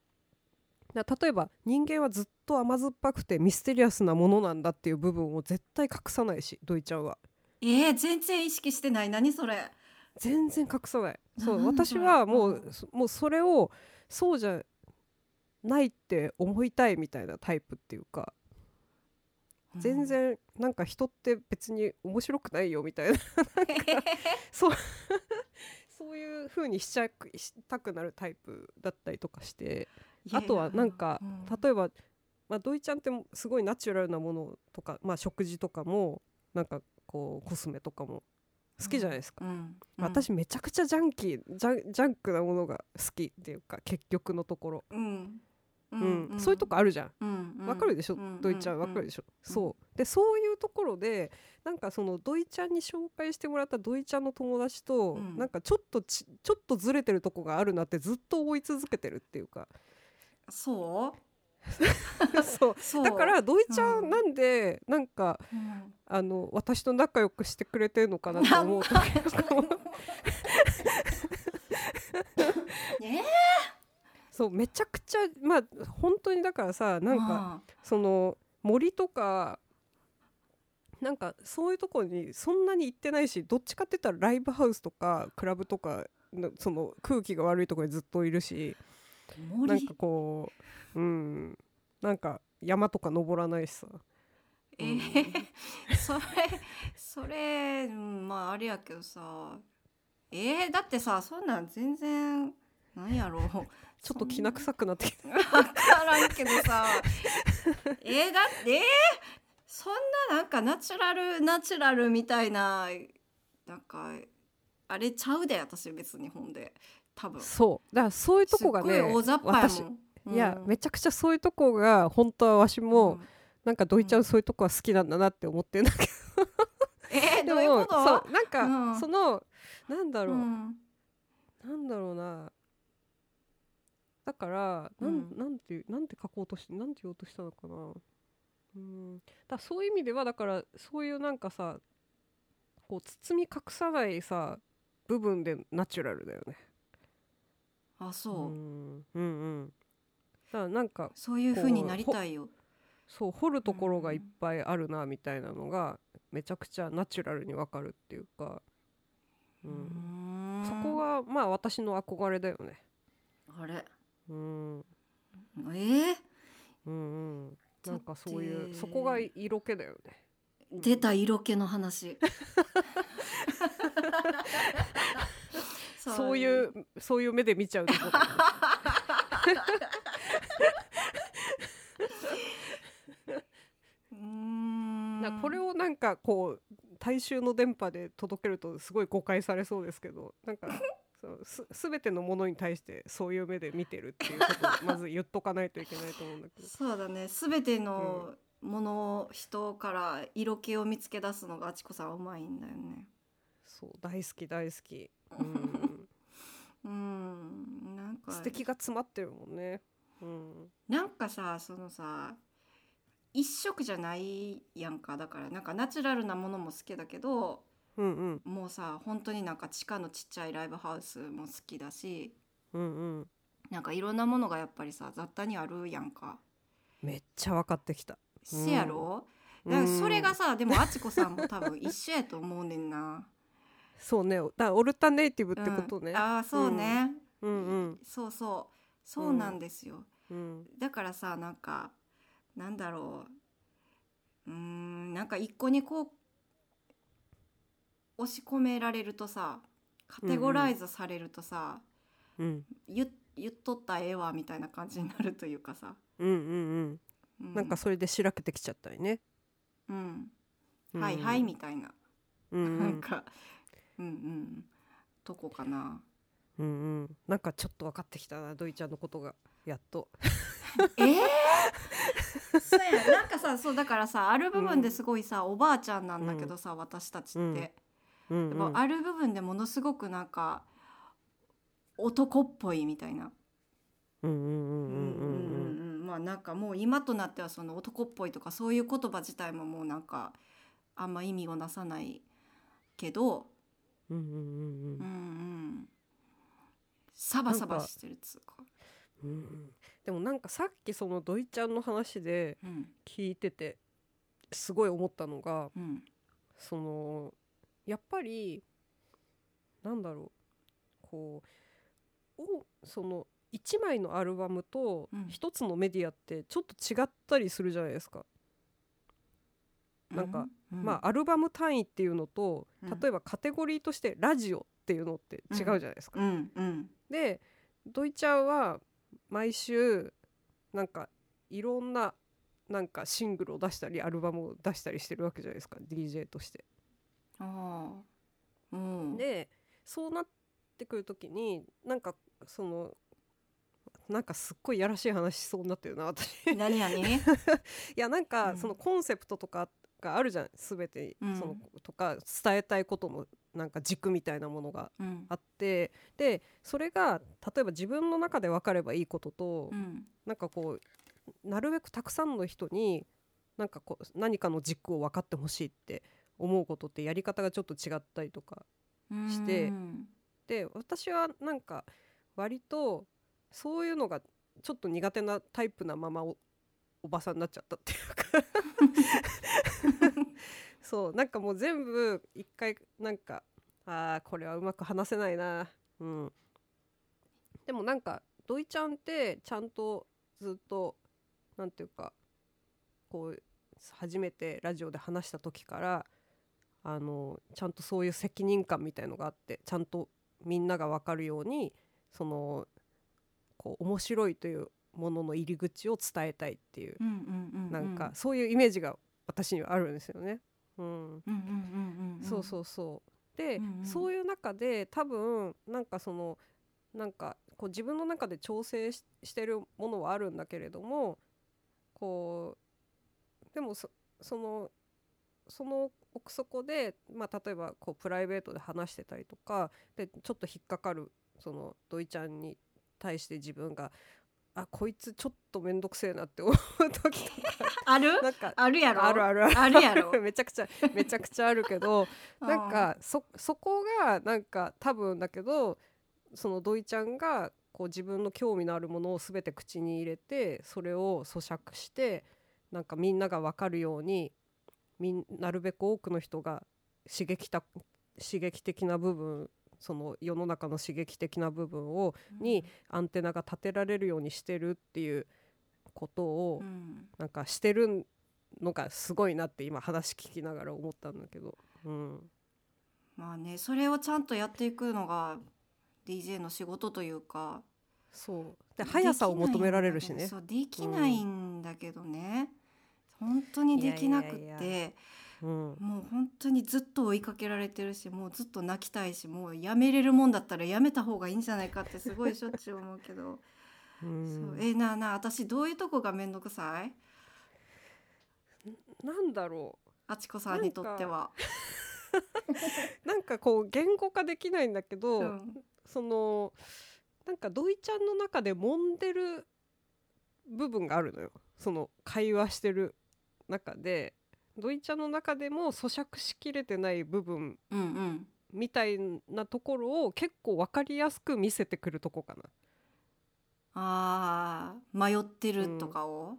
Speaker 2: だ例えば人間はずっと甘酸っぱくてミステリアスなものなんだっていう部分を絶対隠さないし土井ちゃんは
Speaker 1: えー、全然意識してない何それ
Speaker 2: 全然隠さないそ
Speaker 1: な
Speaker 2: う
Speaker 1: なんだ
Speaker 2: 私はもう,
Speaker 1: う、ん
Speaker 2: そもうそれをそうじゃないって思いたいみたいなタイプっていうか 全然なんか人って別に面白くないよみたいな そうそういう風にしちゃくしたくなるタイプだったりとかして。あとはなんか、例えば、まあ、土井ちゃんってすごいナチュラルなものとか、まあ、食事とかもなんかこうコスメとかも好きじゃないですか、
Speaker 1: 私
Speaker 2: 私めちゃくちゃジャンキージャンジャンクなものが好きっていうか結局のところ、
Speaker 1: うんう
Speaker 2: うんそういうとこあるじゃん
Speaker 1: うん
Speaker 2: わかるでしょ、
Speaker 1: うん
Speaker 2: 土井ちゃんわかるでしょ、
Speaker 1: うん
Speaker 2: そうでそういうところでなんかその土井ちゃんに紹介してもらった土井ちゃんの友達と、
Speaker 1: うん
Speaker 2: なんかちょっとちちょっとずれてるとこがあるなってずっと追い続けてるっていう か
Speaker 1: そ
Speaker 2: そう
Speaker 1: うそう
Speaker 2: だから土井ちゃ
Speaker 1: うん
Speaker 2: んなんで、なんか
Speaker 1: うん
Speaker 2: あの私と仲良くしてくれてるのかなと思う時 々
Speaker 1: ね
Speaker 2: そうめちゃくちゃまあ本当にだからさなんか
Speaker 1: か
Speaker 2: その森とかなんかそういうとこにそんなに行ってないしどっちかって言ったらライブハウスとかクラブとかのその空気が悪いところにずっといるしな
Speaker 1: 森
Speaker 2: んかこううんなんか山とか登らないしさ。
Speaker 1: えーそれそれうんまああれやけどさえー、だってさそんなん全然なんやろう
Speaker 2: ちょっときな臭くなってきた。
Speaker 1: 分からんけど さえー、だってえー、そんななんかナチュラルナチュラルみたいななんかあれちゃうで私別に本で多分
Speaker 2: そうだからそういうとこがね
Speaker 1: すっごい大雑把やも
Speaker 2: 私
Speaker 1: ん、
Speaker 2: いやめ
Speaker 1: っち
Speaker 2: ちゃくちゃそういうとこが本当はわしも、なんか土井ちゃ
Speaker 1: うん
Speaker 2: んそういうとこは好きなんだなって思ってるんだけ
Speaker 1: えー、ど
Speaker 2: ど、
Speaker 1: ういうこと
Speaker 2: そうなんか、
Speaker 1: うん
Speaker 2: そのなんだろう、
Speaker 1: うん
Speaker 2: なんだろうなだからなん,、
Speaker 1: うん
Speaker 2: なんてなんて書こうとしてなんて言おうとしたのかなうんだそういう意味ではだからそういうなんかさこう包み隠さないさ部分でナチュラルだよね
Speaker 1: あそう、
Speaker 2: うんうんうんだからなんか
Speaker 1: そういう風になりたいよ
Speaker 2: そう掘るところがいっぱいあるなみたいなのがめちゃくちゃナチュラルにわかるっていうか、う、
Speaker 1: うんーん
Speaker 2: そこがまあ私の憧れだよね。
Speaker 1: あれ
Speaker 2: うんうん
Speaker 1: えー、
Speaker 2: うん、なんかそう
Speaker 1: だっ
Speaker 2: い
Speaker 1: て
Speaker 2: うそこが色気だよね。
Speaker 1: 出た色気の 話
Speaker 2: そういうそういう目で見ちゃうところだよね
Speaker 1: うーん
Speaker 2: なんかこれをなんかこう大衆の電波で届けるとすごい誤解されそうですけどなんかそうす全てのものに対してそういう目で見てるっていうことをまず言っとかないといけないと思うんだけど。
Speaker 1: そうだね全てのもの、人から色気を見つけ出すのがあちこさんはうまいんだよね
Speaker 2: そう大好き大好 き、うん、
Speaker 1: うんなんか
Speaker 2: 素敵が詰まってるもんね、うん、
Speaker 1: なんかさそのさ一色じゃないやんかだからなんかナチュラルなものも好きだけど
Speaker 2: うんうん
Speaker 1: もうさ本当になんか地下のちっちゃいライブハウスも好きだし
Speaker 2: うんうん
Speaker 1: なんかいろんなものがやっぱりさ雑多にあるやんか。
Speaker 2: めっちゃ分かってきた
Speaker 1: せやろ、
Speaker 2: うん
Speaker 1: なんかそれがさでもあちこさんも多分一緒やと思うねんな。
Speaker 2: そうねだからオルタネイティブってこと
Speaker 1: う
Speaker 2: ね
Speaker 1: ん、ああそうね、
Speaker 2: うんうん
Speaker 1: そうそうそうなんですよ。
Speaker 2: うん
Speaker 1: だからさなんかなんだろううーんなんか一個にこう押し込められるとさカテゴライズされるとさ、
Speaker 2: うん
Speaker 1: 言っ言っとったらええわみたいな感じになるというかさ、
Speaker 2: うんうんうん
Speaker 1: うん、
Speaker 2: なんかそれでしらけてきちゃったりね
Speaker 1: うん
Speaker 2: うん
Speaker 1: はいはいみたいな、
Speaker 2: うんうん
Speaker 1: なんかうんうんとこかな
Speaker 2: うんうんなんかちょっと分かってきたなドイちゃんのことがやっと
Speaker 1: えー、 そうやなんかさそうだからさある部分ですごいさ、おばあちゃんなんだけどさ、私たちって、
Speaker 2: うん
Speaker 1: や
Speaker 2: うん
Speaker 1: っ
Speaker 2: う
Speaker 1: ぱ
Speaker 2: ん
Speaker 1: ある部分でものすごくなんか男っぽいみたいな
Speaker 2: うんうんう
Speaker 1: うんん
Speaker 2: うんうん
Speaker 1: うんうんまあなんかもう今となってはその男っぽいとかそういう言葉自体ももうなんかあんま意味をなさないけど、
Speaker 2: うんうんうん
Speaker 1: う
Speaker 2: うん
Speaker 1: うんん、サバサバしてるっつうか。
Speaker 2: うんうんでもなんかさっきそのドイちゃんの話で
Speaker 1: うん
Speaker 2: 聞いててすごい思ったのが
Speaker 1: うん
Speaker 2: そのやっぱりなんだろうこうをその1枚のアルバムと
Speaker 1: うん
Speaker 2: 1つのメディアってちょっと違ったりするじゃないですか。なんか、
Speaker 1: う
Speaker 2: まあアルバム単位っていうのと
Speaker 1: うん
Speaker 2: 例えばカテゴリーとしてラジオっていうのって違うじゃないですか。
Speaker 1: うんうん
Speaker 2: でドイちゃんは毎週なんかいろんななんかシングルを出したりアルバムを出したりしてるわけじゃないですか DJ として。
Speaker 1: ああうん
Speaker 2: でそうなってくる時になんかそのなんかすっごいやらしい話しそうになってるな私い
Speaker 1: 何何
Speaker 2: やなん
Speaker 1: う
Speaker 2: か
Speaker 1: ん
Speaker 2: そのコンセプトとかがあるじゃん全てそ
Speaker 1: うん
Speaker 2: の、とか伝えたいことのなんか軸みたいなものが
Speaker 1: うん
Speaker 2: あってでそれが例えば自分の中で分かればいいことと、
Speaker 1: うん
Speaker 2: なんかこうなるべくたくさんの人になんかこう何かの軸を分かってほしいって思うことってやり方がちょっと違ったりとか
Speaker 1: うん
Speaker 2: して
Speaker 1: うん
Speaker 2: で私はなんか割とそういうのがちょっと苦手なタイプなままおおばさんになっちゃったっていうか そうなんかもう全部一回なんかあーこれはうまく話せないなうんでもなんか土井ちゃんってちゃんとずっとなんていうかこう初めてラジオで話した時からあのちゃんとそういう責任感みたいのがあってちゃんとみんなが分かるようにそのこう面白いというものの入り口を伝えたいっていう、
Speaker 1: うんうんうんうん
Speaker 2: なんかそういうイメージが私にはあるんですよね。うん、
Speaker 1: うんうんうんうん
Speaker 2: そうそうそうで、
Speaker 1: うんうん
Speaker 2: そういう中で多分なんかそのなんかこう自分の中で調整ししてるものはあるんだけれどもこうでもそそのその奥底で、まあ、例えばこうプライベートで話してたりとかでちょっと引っかかるその土井ちゃんに対して自分が「あこいつちょっと面倒くせえな」って思う時とか
Speaker 1: ある
Speaker 2: なんか
Speaker 1: あるやろ
Speaker 2: あるあるある
Speaker 1: あるやろ
Speaker 2: めちゃくちゃめちゃくちゃある けど なんかそそこがなんか多分だけどその土井ちゃんがこう自分の興味のあるものを全て口に入れてそれを咀嚼してなんかみんなが分かるようにみんなるべく多くの人が刺激た刺激的な部分その世の中の刺激的な部分を
Speaker 1: うん
Speaker 2: にアンテナが立てられるようにしてるっていうことを、
Speaker 1: うん
Speaker 2: なんかしてるのがすごいなって今話聞きながら思ったんだけど、うん、
Speaker 1: まあねそれをちゃんとやっていくのが DJ の仕事というか
Speaker 2: そうで速さを求められるしね
Speaker 1: できないんだけどそうできないんだけどね、本当にできなくって
Speaker 2: いやいやうん、
Speaker 1: もう本当にずっと追いかけられてるしもうずっと泣きたいしもうやめれるもんだったらやめた方がいいんじゃないかってすごいしょっちゅう思うけど、
Speaker 2: う、
Speaker 1: そうんえなあなあ私どういうとこが面倒くさい
Speaker 2: なんだろ
Speaker 1: あちこさんにとっては。
Speaker 2: うなんかこう言語化できないんだけど、
Speaker 1: うん
Speaker 2: そのなんか土井ちゃんの中で揉んでる部分があるのよその会話してる中で土井ちゃんの中でも咀嚼しきれてない部分
Speaker 1: うんうん
Speaker 2: みたいなところを結構分かりやすく見せてくるとこかな。
Speaker 1: あー迷ってるとかを、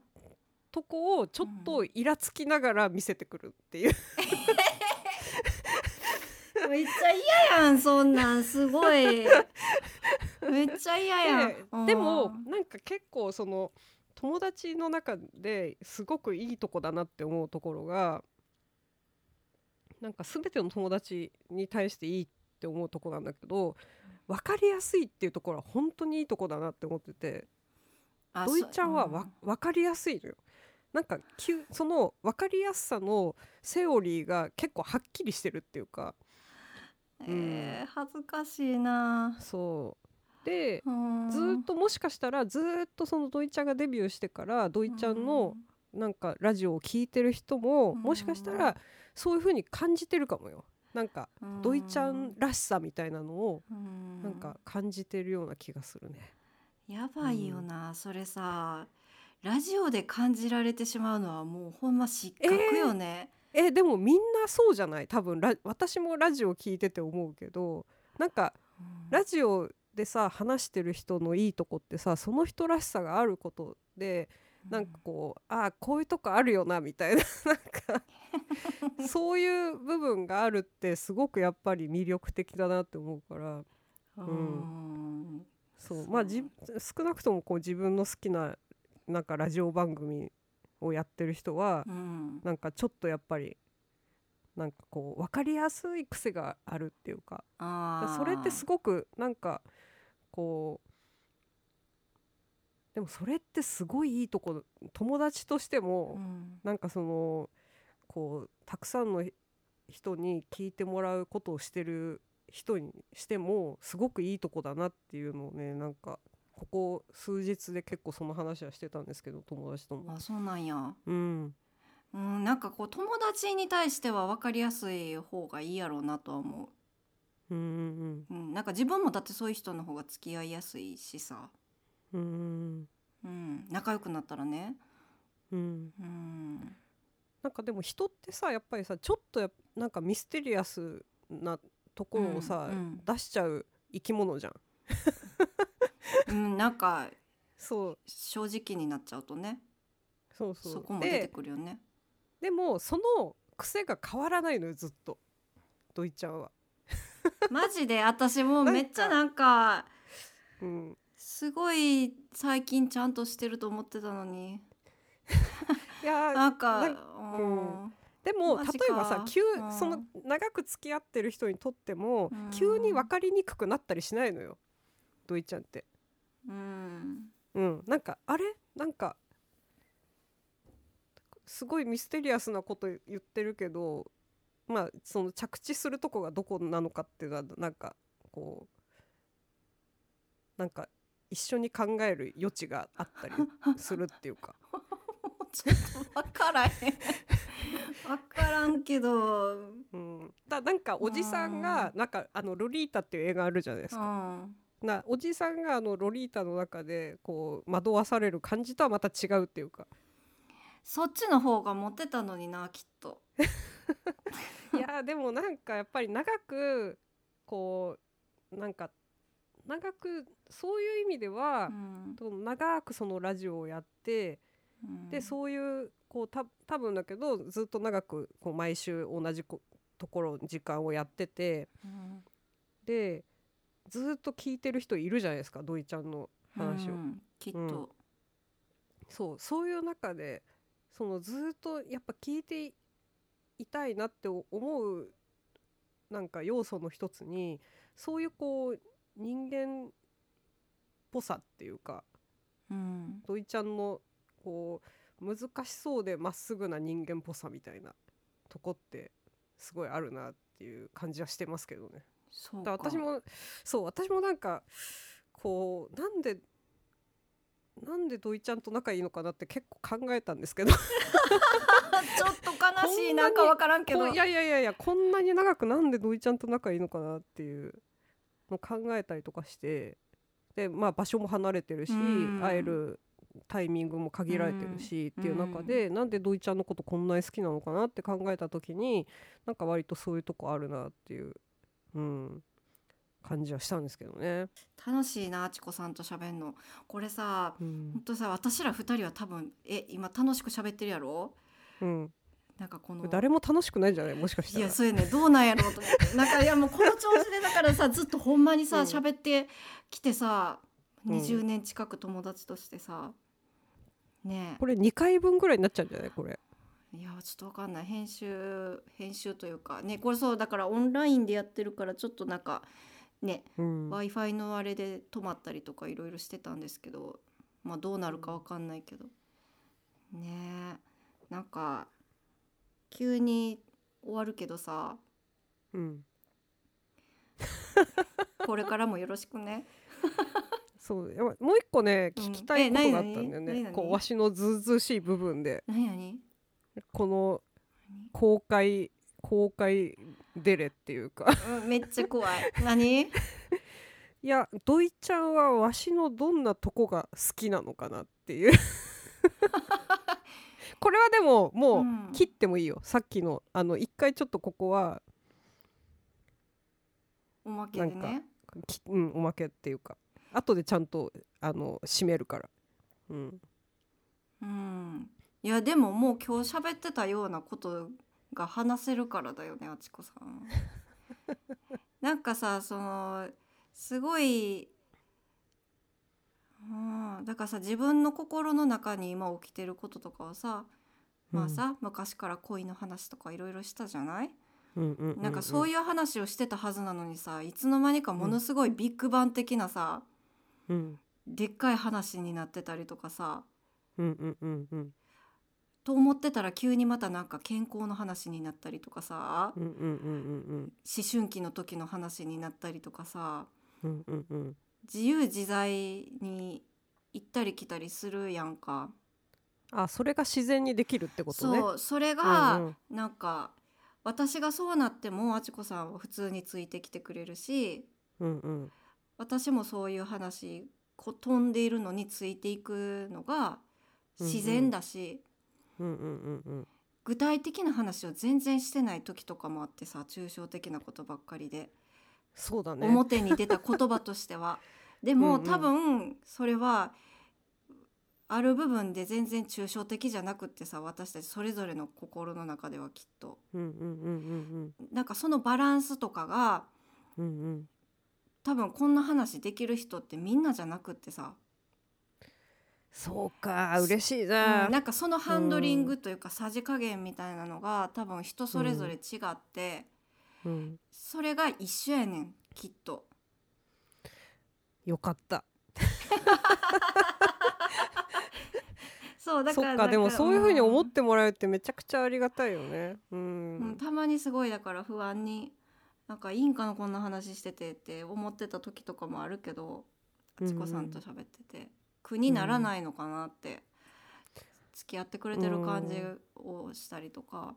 Speaker 2: とこをちょっとイラつきながら見せてくるっていう、
Speaker 1: めっちゃ嫌やんそんなんすご いめっちゃ嫌やん
Speaker 2: で、
Speaker 1: うん
Speaker 2: でもなんか結構その友達の中ですごくいいとこだなって思うところがなんか全ての友達に対していいって思うとこなんだけど分かりやすいっていうところは本当にいいとこだなって思ってて
Speaker 1: あ
Speaker 2: 土井ちゃんは
Speaker 1: そ
Speaker 2: わ分かりやすいのよ。なんかきゅその分かりやすさのセオリーが結構はっきりしてるっていうか
Speaker 1: えー恥ずかしいな
Speaker 2: そうで
Speaker 1: うん
Speaker 2: ずーっともしかしたらずーっとその土井ちゃんがデビューしてから土井ちゃんのなんかラジオを聞いてる人も
Speaker 1: うん
Speaker 2: もしかしたらそういう風に感じてるかもよなんか
Speaker 1: うん
Speaker 2: 土井ちゃんらしさみたいなのを
Speaker 1: うん
Speaker 2: なんか感じてるような気がするね。
Speaker 1: やばいよな、それさラジオで感じられてしまうのはもうほんま失格よね、
Speaker 2: えでもみんなそうじゃない多分ラ私もラジオ聞いてて思うけどなんか
Speaker 1: うん
Speaker 2: ラジオでさ話してる人のいいとこってさその人らしさがあることでなんかこう、ああこういうとこあるよなみたいな なんかそういう部分があるってすごくやっぱり魅力的だなって思うから
Speaker 1: うんうん
Speaker 2: そ
Speaker 1: そ
Speaker 2: う
Speaker 1: う
Speaker 2: まあじ少なくともこう自分の好きななんかラジオ番組をやってる人は
Speaker 1: うん
Speaker 2: なんかちょっとやっぱりなんかこう分かりやすい癖があるっていうかだから
Speaker 1: あ
Speaker 2: それってす
Speaker 1: ご
Speaker 2: ごくなんかこうでもそれってすごいいいとこ友達としてもなんかそのこうたくさんの人に聞いてもらうことをしてる人にしてもすごくいいとこだなっていうのをねなんかここ数日で結構その話はしてたんですけど友達とも。
Speaker 1: あそうなんや
Speaker 2: うん、
Speaker 1: うんなんかこう友達に対しては分かりやすい方がいいやろうなとは思
Speaker 2: うんうん
Speaker 1: う、うん、なんか自分もだってそういう人の方が付き合いやすいしさ、
Speaker 2: うん
Speaker 1: う
Speaker 2: うん
Speaker 1: ん、仲良くなったらね
Speaker 2: うん
Speaker 1: うん
Speaker 2: なんかでも人ってさやっぱりさちょっとやっなんかミステリアスなところをさ、
Speaker 1: うん
Speaker 2: 出しちゃう生き物じゃん。
Speaker 1: うん、なんか
Speaker 2: そう
Speaker 1: 正直になっちゃうとね
Speaker 2: そうそう
Speaker 1: そこも出て
Speaker 2: で
Speaker 1: くるよね
Speaker 2: でもその癖が変わらないのよずっとドイちゃんは。
Speaker 1: マジで私もう
Speaker 2: なん
Speaker 1: め
Speaker 2: か
Speaker 1: っちゃなんか
Speaker 2: うん、
Speaker 1: すごい最近ちゃんとしてると思ってたのに
Speaker 2: いやー
Speaker 1: なんか
Speaker 2: なんうんでも
Speaker 1: マ
Speaker 2: 例
Speaker 1: ジ
Speaker 2: えば
Speaker 1: か
Speaker 2: さ急
Speaker 1: うん
Speaker 2: その長く付き合ってる人にとっても、
Speaker 1: うん
Speaker 2: 急に分かりにくくなったりしないのよドイちゃんって。
Speaker 1: うん
Speaker 2: うん、なんかあれなんかすごいミステリアスなこと言ってるけどまあその着地するとこがどこなのかっていうのはなんかこうなんか一緒に考える余地があったりするっていうか
Speaker 1: もう ちょっと分からへん 分からんけど
Speaker 2: うん、だなんかおじさんがなんかあの「ロリータ」っていう映画あるじゃないです
Speaker 1: う
Speaker 2: か。
Speaker 1: ん
Speaker 2: なおじさんがあのロリータの中でこう惑わされる感じとはまた違うっていうか
Speaker 1: そっちの方がモテたのになきっと
Speaker 2: いやーでもなんかやっぱり長くこうなんか長くそういう意味では、
Speaker 1: うん
Speaker 2: と長くそのラジオをやって、でそういうこうた多分だけどずっと長くこう毎週同じこところ時間をやってて
Speaker 1: うん
Speaker 2: でずっと聞いてる人いるじゃないですか土井ちゃんの話を。
Speaker 1: うんきっと、
Speaker 2: うんそうそういう中でそのずっとやっぱ聞いていいたいなって思うなんか要素の一つにそういうこう人間っぽさっていうか
Speaker 1: うん
Speaker 2: 土井ちゃんのこう難しそうでまっすぐな人間っぽさみたいなとこってすごいあるなっていう感じはしてますけどね。
Speaker 1: そうか
Speaker 2: だから私もそう私もなんかこうなんでなんで土井ちゃんと仲いいのかなって結構考えたんです けど
Speaker 1: ちょっと悲し
Speaker 2: こんなに
Speaker 1: いなんか分からんけど
Speaker 2: こういやいやいやいやこんなに長くなんで土井ちゃんと仲いいのかなっていうの考えたりとかしてでまあ場所も離れてるし
Speaker 1: うん
Speaker 2: 会えるタイミングも限られてるしっていう中でなんで土井ちゃんのことこんなに好きなのかなって考えた時になんか割とそういうとこあるなっていう、うん、感じはしたんですけどね。
Speaker 1: 楽しいなあちこさんと喋んのこれさ
Speaker 2: うん
Speaker 1: ほんとさ私ら二人は多分え今楽しく喋ってるやろ
Speaker 2: うん、
Speaker 1: なんかこ
Speaker 2: こ
Speaker 1: の
Speaker 2: れ誰も楽しくないんじゃないもしかした
Speaker 1: い
Speaker 2: ら
Speaker 1: やそうやねどうなんやろうと思ってなんかいやもうこの調子でだからさずっとほんまにさ
Speaker 2: うん
Speaker 1: 喋ってきてさ
Speaker 2: うん
Speaker 1: 20年近く友達としてさね
Speaker 2: これ2回分ぐらいになっちゃうんじゃないこれ
Speaker 1: えいやちょっとわかんない編集編集というかねこれそうだからオンラインでやってるからちょっとなんかね
Speaker 2: うん
Speaker 1: w i f i のあれで止まったりとかいろいろしてたんですけどまあどうなるかわかんないけどねえなんか急に終わるけどさ
Speaker 2: うん、
Speaker 1: これからもよろしくね
Speaker 2: そうやばいもう一個ね
Speaker 1: うん
Speaker 2: 聞きたいことがあったんだよ
Speaker 1: え何
Speaker 2: ね、
Speaker 1: 何
Speaker 2: こうわしのずうずうしい部分で
Speaker 1: 何何
Speaker 2: この公開公開デレっていうか
Speaker 1: 何、うん、めっちゃ怖い 何
Speaker 2: いや土井ちゃんはわしのどんなとこが好きなのかなって いうこれはでもも
Speaker 1: うん
Speaker 2: う切ってもいいよ、さっきのあの一回ちょっとここは
Speaker 1: おまけで
Speaker 2: なん
Speaker 1: ね
Speaker 2: きうん、おまけっていうか後でちゃんとあの締めるから、うん、
Speaker 1: うんいやでももう今日喋ってたようなことが話せるからだよねあちこさ んなんかさそのすごいうんだからさ自分の心の中に今起きてることとかをさまあさ、昔から恋の話とかいろいろしたじゃない
Speaker 2: うんうう
Speaker 1: なんかそう
Speaker 2: い
Speaker 1: いう話をしてたはずなのにさいつの間にかものすごいビッグバン的なさ、
Speaker 2: う、うん、
Speaker 1: でっかい話になってたりとかさ
Speaker 2: うんうんうんうん
Speaker 1: と思ってたら急にまたなんか健康の話になったりとかさ、
Speaker 2: うんうんうん
Speaker 1: 思春期の時の話になったりとかさ
Speaker 2: うんうんうんうん
Speaker 1: 自由自在に行ったり来たりするやんか。
Speaker 2: あそれが自然にできるってことね
Speaker 1: そうそれ
Speaker 2: うんう
Speaker 1: が
Speaker 2: ん
Speaker 1: なんか、私がそうなってもあちこさんは普通についてきてくれるし
Speaker 2: うんうん
Speaker 1: 私もそういう話こ飛んでいるのについていくのが自然だし、
Speaker 2: うんうんうんうん
Speaker 1: 具体的な話を全然してない時とかもあってさ抽象的なことばっかりで、
Speaker 2: そうだね
Speaker 1: 表に出た言葉として は。でも、
Speaker 2: うんうん
Speaker 1: 多分それはある部分で全然抽象的じゃなくってさ私たちそれぞれの心の中ではきっと
Speaker 2: うんうんうんうん
Speaker 1: なんかそのバランスとかが
Speaker 2: うんうんうん
Speaker 1: 多分こんな話できる人ってみんなじゃなくってさ、
Speaker 2: そうか嬉しいな、
Speaker 1: うんなんかそのハンドリングというかさじ加減みたいなのが多分人それぞれ違って、
Speaker 2: うん、
Speaker 1: それが一緒やねんきっと。
Speaker 2: よかった
Speaker 1: そうだか
Speaker 2: そ
Speaker 1: ら
Speaker 2: っ
Speaker 1: な
Speaker 2: か
Speaker 1: ん
Speaker 2: でもそういうふうに思っ
Speaker 1: ん
Speaker 2: てもらえるってめちゃくちゃありがたいよねうん、
Speaker 1: うんたまにすごいだから不安になんかいいんかなこんな話しててって思ってた時とかもあるけどあちこさんと喋ってて、苦にならないのかなって付き合ってくれてる感じをしたりとか、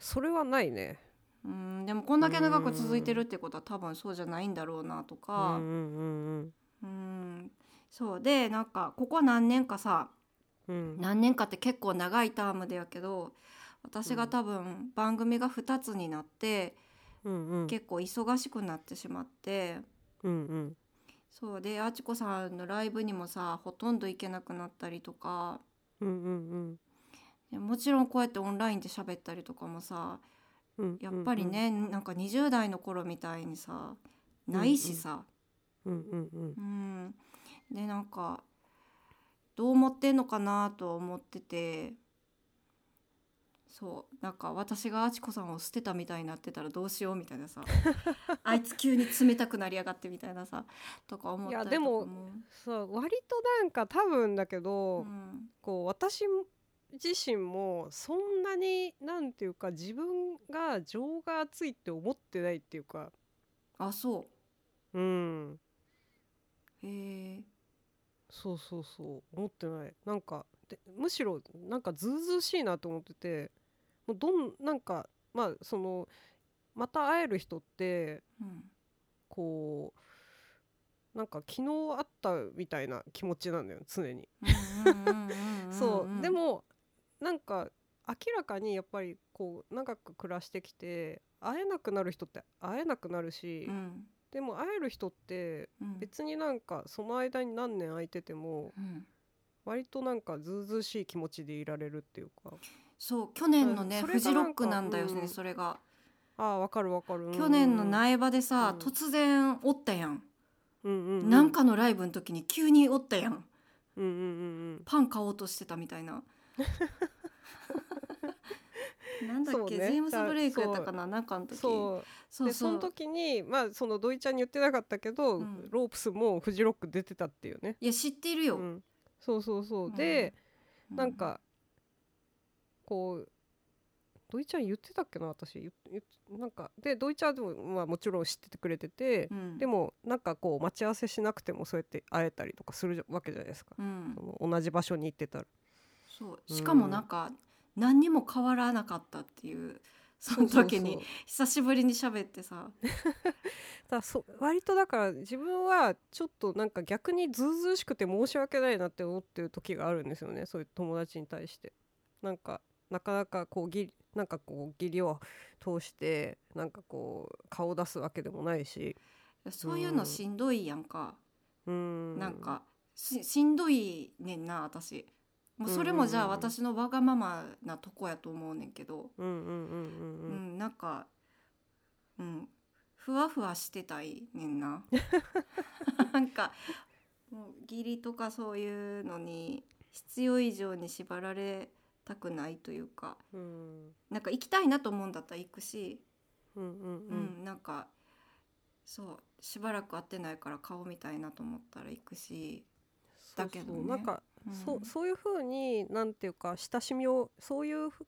Speaker 2: それはないね
Speaker 1: うん、でもこんだけ長く続いてるってことは多分そうじゃないんだろうなとか、
Speaker 2: うんうん
Speaker 1: うんそうでなんかここ何年かさ
Speaker 2: うんうん
Speaker 1: 何年かって結構長いタームでやけど私が多分番組が2つになって。
Speaker 2: うんうん
Speaker 1: 結構忙しくなってしまって
Speaker 2: うんうん
Speaker 1: そうであちこさんのライブにもさほとんど行けなくなったりとか
Speaker 2: うんうん
Speaker 1: でもちろんこうやってオンラインで喋ったりとかもさ
Speaker 2: うん
Speaker 1: やっぱりね、なんか20代の頃みたいにさないしさ、
Speaker 2: うんうんうん
Speaker 1: うんでなんかどう思ってんのかなとは思っててそうなんか私があちこさんを捨てたみたいになってたらどうしようみたいな さあいつ急に冷たくなりやがってみたいなさとか思ったりとか
Speaker 2: いやでそう割となんか多分だけど、
Speaker 1: うん
Speaker 2: こう私自身もそんなになんていうか自分が情が熱いって思ってないっていうか
Speaker 1: あそ
Speaker 2: うん
Speaker 1: うへえ
Speaker 2: そうそうそう思ってないなんかでむしろなんかずうずうしいなと思っててもうどんなんかまあそのまた会える人って
Speaker 1: うん
Speaker 2: こうなんか昨日会ったみたいな気持ちなんだよ常に。
Speaker 1: うんうんうんうんうん
Speaker 2: そうでもなんか明らかにやっぱりこう長く暮らしてきて会えなくなる人って会えなくなるし、
Speaker 1: うん
Speaker 2: でも会える人って
Speaker 1: うん
Speaker 2: 別になんかその間に何年空いてても
Speaker 1: うん
Speaker 2: 割となんかずうずうしい気持ちでいられるっていうか
Speaker 1: そう去年のね
Speaker 2: それ
Speaker 1: フ
Speaker 2: が
Speaker 1: ジロックなんだよ
Speaker 2: なんかう
Speaker 1: ね
Speaker 2: ん
Speaker 1: それが
Speaker 2: ああわかるわかる
Speaker 1: 去年の
Speaker 2: い、
Speaker 1: 苗場でさ
Speaker 2: うん
Speaker 1: 突然おったやん
Speaker 2: うんうんうん、
Speaker 1: なんかのライブの時に急におったやん
Speaker 2: うんうんうん
Speaker 1: パン買おうとしてたみたい ななんだっけ、
Speaker 2: そう
Speaker 1: ジ
Speaker 2: ね
Speaker 1: ェームス・ブレイクやったかななんかの
Speaker 2: うん
Speaker 1: 時
Speaker 2: そう
Speaker 1: そう
Speaker 2: でその時にまあその土井ちゃんに言ってなかったけど、
Speaker 1: うん
Speaker 2: ロープスもフジロック出てたっていうね、
Speaker 1: いや知ってるよ、
Speaker 2: うん、そうそうそう、
Speaker 1: うん
Speaker 2: でなんかこう土井ちゃん言ってたっけな私言言なんかで土井ちゃんでも、まあ、もちろん知っててくれてて、
Speaker 1: うん、
Speaker 2: でもなんかこう待ち合わせしなくてもそうやって会えたりとかするわけじゃないですか、
Speaker 1: うん
Speaker 2: そ、の同じ場所に行ってたら
Speaker 1: そうしかもなんか何にも変わらなかったっていうその時に
Speaker 2: そうそうそう
Speaker 1: 久しぶりに喋ってさ
Speaker 2: だそ割とだから自分はちょっとなんか逆にずうずうしくて申し訳ないなって思ってる時があるんですよねそういう友達に対してなんかなかなかこうぎなんかこう義理を通してなんかこう顔出すわけでもないし
Speaker 1: そういうのしんどいやんか、
Speaker 2: うーん
Speaker 1: なんかししんどいねんな私もうそれもじゃあ
Speaker 2: うんうんうん
Speaker 1: 私のわがままなとこやと思うねんけど、
Speaker 2: うんうんうん
Speaker 1: う
Speaker 2: う
Speaker 1: ん
Speaker 2: うん
Speaker 1: なんか、うん、ふわふわしてたいねん ななんかもう義理とかそういうのに必要以上に縛られたくないというか
Speaker 2: うん
Speaker 1: なんか行きたいなと思うんだったら行くし、
Speaker 2: うんうん
Speaker 1: う
Speaker 2: うんん
Speaker 1: なんかそうしばらく会ってないから顔見たいなと思ったら行くし、だけど
Speaker 2: そうそう
Speaker 1: ね
Speaker 2: なんか、
Speaker 1: うん
Speaker 2: そうそういう風になんていうか親しみをそういうふ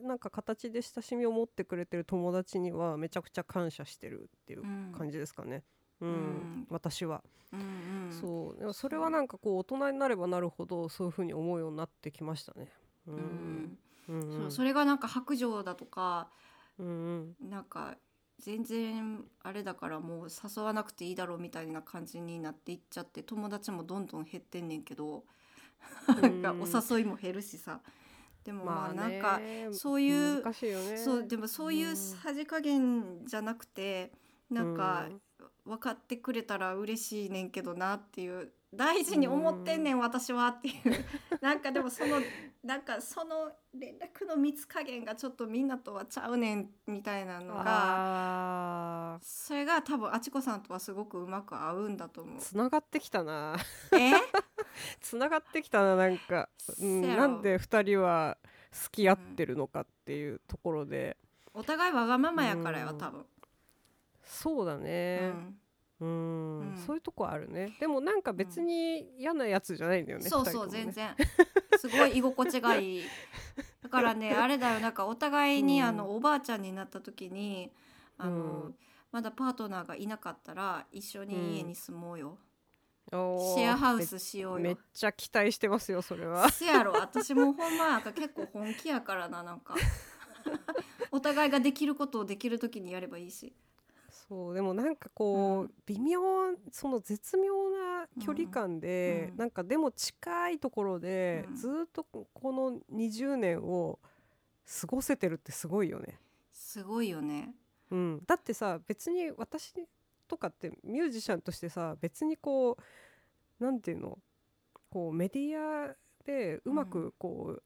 Speaker 2: なんか形で親しみを持ってくれてる友達にはめちゃくちゃ感謝してるってい
Speaker 1: う
Speaker 2: う
Speaker 1: ん
Speaker 2: 感じですかね。うん
Speaker 1: うん
Speaker 2: 私は、
Speaker 1: うんうん、
Speaker 2: そうでもそれはなんかこう大人になればなるほどそういう風に思うようになってきましたね。う
Speaker 1: うんん、
Speaker 2: うんうん
Speaker 1: そうそれがなんか白状だとか
Speaker 2: うんうん
Speaker 1: なんか全然あれだからもう誘わなくていいだろうみたいな感じになっていっちゃって友達もどんどん減ってんねんけど、
Speaker 2: うん
Speaker 1: なんかお誘いも減るしさでもまあなんか、
Speaker 2: ね
Speaker 1: そういう
Speaker 2: 難しいよね。
Speaker 1: そうでもそういうさじ加減じゃなくてなんか
Speaker 2: うん
Speaker 1: 分かってくれたら嬉しいねんけどなっていう大事に思ってんねん私はっていう なんかでもそのなんかその連絡の密加減がちょっとみんなとはちゃうねんみたいなのが
Speaker 2: あー
Speaker 1: それが多分あちこさんとはすごくうまく合うんだ と思う。
Speaker 2: つながってきたな。
Speaker 1: え
Speaker 2: つながってきたななんか、うん、
Speaker 1: せやろ
Speaker 2: なんで2人は好き合ってるのかっていうところで、
Speaker 1: お互いわがままやから
Speaker 2: う
Speaker 1: よ
Speaker 2: ん
Speaker 1: 多分。
Speaker 2: そうだねうん、
Speaker 1: うん
Speaker 2: そういうとこあるねでもなんか別に嫌なやつじゃないんだ
Speaker 1: う
Speaker 2: よ
Speaker 1: ん、
Speaker 2: ね、
Speaker 1: そう
Speaker 2: 二人
Speaker 1: そ
Speaker 2: と
Speaker 1: う
Speaker 2: もね
Speaker 1: 全 然すごい居心地がいいだから ねあれだよなんかお互いに、
Speaker 2: うん
Speaker 1: あのおばあちゃんになった時にあの、
Speaker 2: うん
Speaker 1: まだパートナーがいなかったら一緒に家に住もうよ、
Speaker 2: おー
Speaker 1: シェアハウスしよう
Speaker 2: めめっ
Speaker 1: よ
Speaker 2: ちゃ期待してますよそれは
Speaker 1: せやろ私もほんまなんか結構本気やからななん かお互いができることをできる時にやればいいし
Speaker 2: そう でもなんかこう、微妙その絶妙な距離感で、
Speaker 1: うん
Speaker 2: なんかでも近いところで、
Speaker 1: うん
Speaker 2: ずーっとこの20年を過ごせてるってすごいよね
Speaker 1: すごいよね
Speaker 2: うん、だってさ別に私とかってミュージシャンとしてさ別にこうなんていうのこうメディアでうまくこ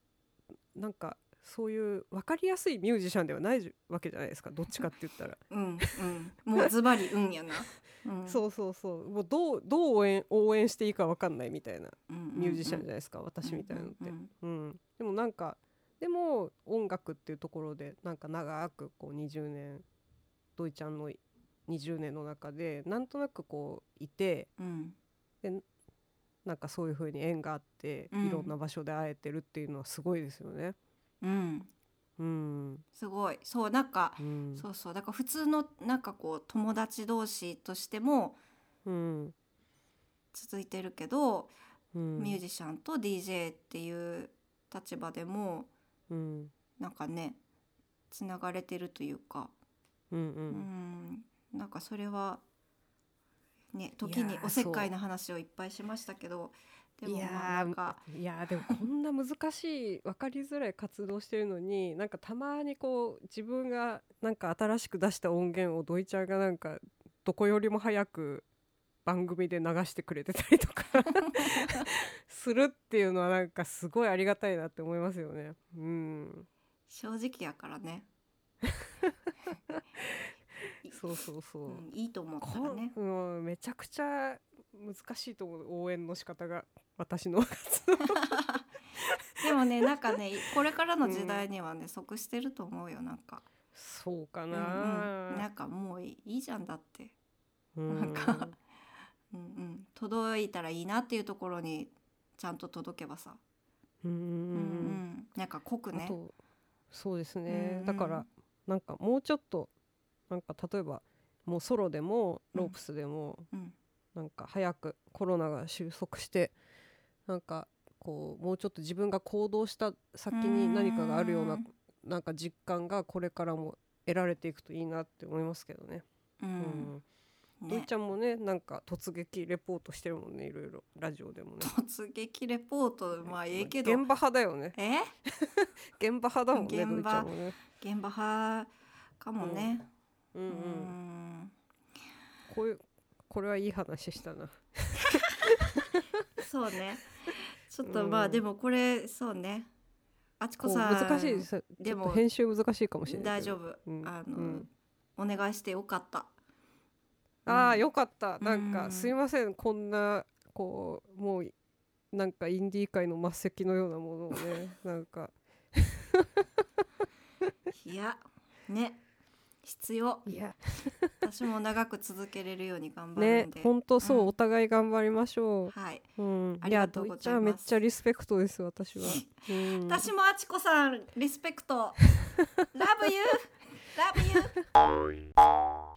Speaker 2: う、なんかそういう分かりやすいミュージシャンではないじわけじゃないですかどっちかって言ったら、
Speaker 1: うんうんもうズバリうんやな、 うん、
Speaker 2: そうそうそうもうどうどう応援応援していいか分かんないみたいな
Speaker 1: うん、うん
Speaker 2: ミュージシャンじゃ
Speaker 1: うん
Speaker 2: ないですか、私みたいなのって、
Speaker 1: うんうん
Speaker 2: うん、でもなんかでも音楽っていうところでなんか長くこう20年土井ちゃんの20年の中でなんとなくこういて
Speaker 1: うんうん
Speaker 2: なんかそういう風に縁があって、
Speaker 1: うん
Speaker 2: いろんな場所で会えてるっていうのはすごいですよね。
Speaker 1: うん、
Speaker 2: うん、
Speaker 1: すごいそうなんか、
Speaker 2: うん、
Speaker 1: そうそうだから普通のなんかこう友達同士としても
Speaker 2: うん、
Speaker 1: 続いてるけど、
Speaker 2: うん、
Speaker 1: ミュージシャンと DJ っていう立場でも
Speaker 2: うん、
Speaker 1: なんかねつながれてるというか、
Speaker 2: うん、う、
Speaker 1: うんん、なんかそれはね時
Speaker 2: い
Speaker 1: に
Speaker 2: やー
Speaker 1: おせっかいな話をいっぱいしましたけどでもまあなんか
Speaker 2: いやーでもこんな難しい分かりづらい活動してるのになんかたまにこう自分がなんか新しく出した音源をドイちゃんがなんかどこよりも早く番組で流してくれてたりとか するっていうのはなんかすごいありがたいなって思いますよね。うん、
Speaker 1: 正直やからね、
Speaker 2: そうそうそう。
Speaker 1: うん、いいと思った
Speaker 2: こ
Speaker 1: ら
Speaker 2: ん
Speaker 1: ね。
Speaker 2: うん、めちゃくちゃ難しいと思う応援の仕方が私の活動
Speaker 1: でもねなんか ねこれからの時代にはね、即してると思うよなんか、
Speaker 2: そうか
Speaker 1: う
Speaker 2: な、
Speaker 1: んうん、なんかもういいいいじゃんだって、
Speaker 2: うん
Speaker 1: なんかうんうん、届いたらいいなっていうところにちゃんと届けばさ、
Speaker 2: うんうんう
Speaker 1: うんうん
Speaker 2: うん
Speaker 1: んなんか濃く
Speaker 2: あ
Speaker 1: ね
Speaker 2: とそうです
Speaker 1: うんう
Speaker 2: ね
Speaker 1: ん
Speaker 2: だからなんかもうちょっとなんか例えばもうソロでも
Speaker 1: うん
Speaker 2: ロープスでも
Speaker 1: うん
Speaker 2: なんか早くコロナが収束してなんかこうもうちょっと自分が行動した先に何かがあるようななんか実感がこれからも得られていくといいなって思いますけどね。
Speaker 1: う
Speaker 2: うんん、
Speaker 1: うん
Speaker 2: 土井
Speaker 1: ね
Speaker 2: ちゃんもねなんか突撃レポートしてるもんねいろいろラジオでもね。
Speaker 1: 突撃レポートまあええけど
Speaker 2: 現場派だよね。
Speaker 1: え
Speaker 2: 現場派だもんね。
Speaker 1: 現
Speaker 2: 土井ち
Speaker 1: 場
Speaker 2: ゃんもね。
Speaker 1: 現場派かもね
Speaker 2: うんう。
Speaker 1: うんん
Speaker 2: こういうこれはいい話したな。
Speaker 1: そうねちょっと
Speaker 2: うん
Speaker 1: まあでもこれそうねあちこ
Speaker 2: こう
Speaker 1: さん
Speaker 2: 難しいです。
Speaker 1: でも
Speaker 2: ちょっと編集難しいかもしれな
Speaker 1: 大
Speaker 2: いけ
Speaker 1: 丈
Speaker 2: ど。
Speaker 1: 夫、
Speaker 2: うん
Speaker 1: あ
Speaker 2: う
Speaker 1: の
Speaker 2: ん、
Speaker 1: お願いしてよかった
Speaker 2: ああ
Speaker 1: うん
Speaker 2: よかった。なん
Speaker 1: う
Speaker 2: か
Speaker 1: ん
Speaker 2: すいませんこんなこうもうなんかインディー界の末席のようなものをね なんか
Speaker 1: いやね必要
Speaker 2: いや
Speaker 1: 私も長く続けれるように頑張る
Speaker 2: ね
Speaker 1: んで、
Speaker 2: 本当そう、
Speaker 1: うん
Speaker 2: お互い頑張りましょ
Speaker 1: はい、
Speaker 2: う。うん
Speaker 1: あ。り
Speaker 2: いや
Speaker 1: がと
Speaker 2: ど
Speaker 1: う
Speaker 2: い
Speaker 1: ございます
Speaker 2: ちゃんめっちゃリスペクトです私 は。うん
Speaker 1: 私もあちこ さんリスペクトラブユーラブユー